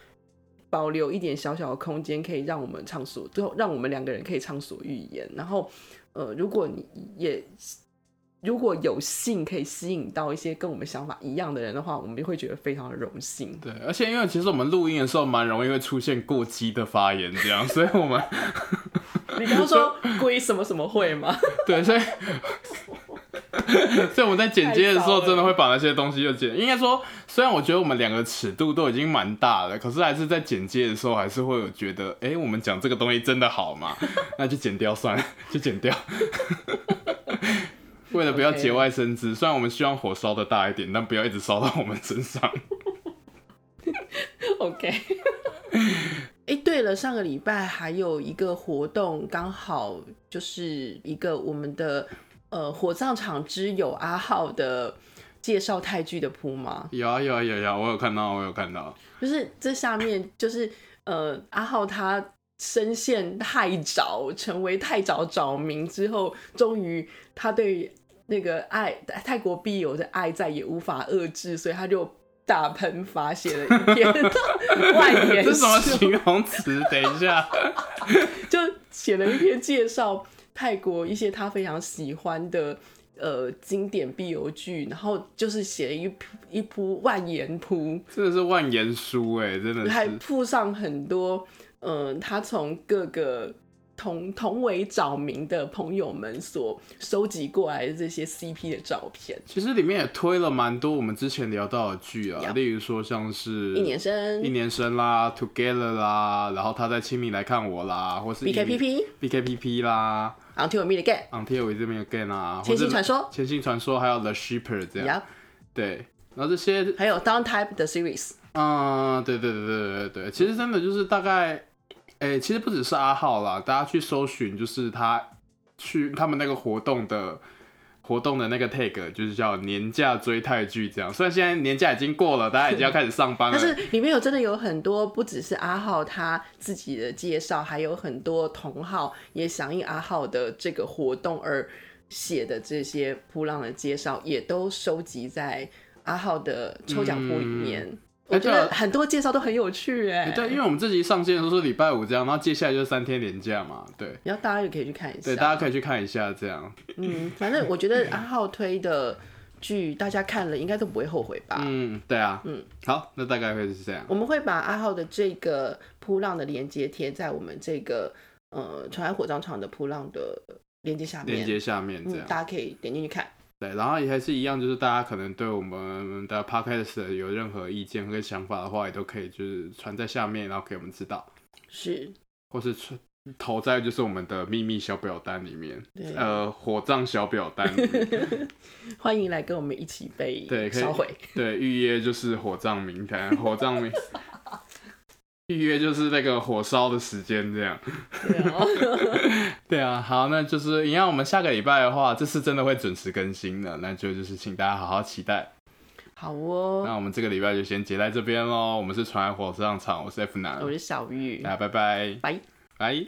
Speaker 2: 保留一点小小的空间，可以让我们畅所，最后让我们两个人可以畅所欲言。然后，呃，如果你也如果有幸可以吸引到一些跟我们想法一样的人的话，我们会觉得非常的荣幸。
Speaker 1: 对，而且因为其实我们录音的时候蛮容易会出现过激的发言，这样，所以我 们
Speaker 2: 你刚刚说归什么什么会吗？
Speaker 1: 对，所以所以我们在剪接的时候真的会把那些东西就剪。应该说，虽然我觉得我们两个尺度都已经蛮大了，可是还是在剪接的时候还是会有觉得，哎、我们讲这个东西真的好吗？那就剪掉算了，就剪掉。 为了不要
Speaker 2: OK
Speaker 1: 节外生枝，虽然我们希望火烧的大一点，但不要一直烧到我们身上。
Speaker 2: OK 。 哎，对了，上个礼拜还有一个活动，刚好就是一个我们的呃火葬场之友阿浩的介绍泰剧的铺嘛，
Speaker 1: 有啊有啊有啊有啊，我有看到，我有看到。
Speaker 2: 就是这下面就是呃阿浩他深陷太早，成为太早早民之后，终于他对那个爱泰国必有的爱再也无法遏制，所以他就大喷发泄了 一篇外
Speaker 1: 这
Speaker 2: 延
Speaker 1: 是什么
Speaker 2: 书
Speaker 1: 形容词？等一 下，
Speaker 2: 就写了一篇介绍泰国一些他非常喜欢的呃经典必游剧，然后就是写了一铺一铺万言铺，
Speaker 1: 真的是万言书哎，真的
Speaker 2: 还
Speaker 1: 是。
Speaker 2: 附上很多呃他从各个。同同为找名的朋友们所收集过来的这些 CP 的照片，
Speaker 1: 其实里面也推了蛮多我们之前聊到的剧啊，
Speaker 2: Yeah
Speaker 1: 例如说像是
Speaker 2: 一年生
Speaker 1: 一年生啦、Together 啦，然后他在亲密来看我啦，或是
Speaker 2: BKPP，
Speaker 1: BKPP 啦
Speaker 2: 然后 Till Me Again，
Speaker 1: ，Until We 这边有 Gain 啊，
Speaker 2: 千星传
Speaker 1: 或
Speaker 2: 说
Speaker 1: 是，千啊星传说，还有 The Shipper 这样，
Speaker 2: 呀，
Speaker 1: 对。然后这些，
Speaker 2: 还有 Down Type 的 Series，
Speaker 1: 嗯，对对对对对对，其实真的就是大概，哎，其实不只是阿浩啦，大家去搜寻，就是他去他们那个活动的活动的那个 tag，就是叫年假追泰剧这样。虽然现在年假已经过了，大家已经要开始上班了，
Speaker 2: 但是里面有真的有很多，不只是阿浩他自己的介绍，还有很多同号也响应阿浩的这个活动而写的这些扑浪的介绍，也都收集在阿浩的抽奖铺里面。我觉
Speaker 1: 嗯哎对
Speaker 2: 得
Speaker 1: 啊
Speaker 2: 很多介绍都很有趣哎、
Speaker 1: 对，因为我们这集上线的时候是礼拜五这样，然后接下来就是三天连假嘛，对
Speaker 2: 然后大家也可以去看一
Speaker 1: 对，大
Speaker 2: 下。
Speaker 1: 家可以去看一下这样。
Speaker 2: 嗯，反正我觉得阿浩推的剧，大家看了应该都不会后悔吧。
Speaker 1: 嗯，对啊，
Speaker 2: 嗯，
Speaker 1: 好，那大概会是这样。
Speaker 2: 我们会把阿浩的这个扑浪的连接贴在我们这个呃传爱火葬场的扑浪的连接下面，
Speaker 1: 链接下面这
Speaker 2: 嗯，
Speaker 1: 样，
Speaker 2: 大家可以点进去看。
Speaker 1: 对，然后也还是一样，就是大家可能对我们的 podcast 有任何意见跟想法的话，也都可以就是传在下面，然后给我们知道，
Speaker 2: 是，
Speaker 1: 或是传投在就是我们的秘密小表单里面，
Speaker 2: 对，
Speaker 1: 呃，火葬小表单里面，
Speaker 2: 欢迎来跟我们一起被
Speaker 1: 嗯对可以
Speaker 2: 烧毁。
Speaker 1: 对，预约就是火葬名单，火葬名，预约就是那个火烧的时间这样。
Speaker 2: 对哦
Speaker 1: 对啊，好，那就是一样。我们下个礼拜的话，这次真的会准时更新的，那就就是请大家好好期待。
Speaker 2: 好哦，
Speaker 1: 那我们这个礼拜就先结在这边喽。我们是传爱火葬场，我是 F 男
Speaker 2: 我，是小玉，
Speaker 1: 大家拜拜，
Speaker 2: 拜。
Speaker 1: 拜。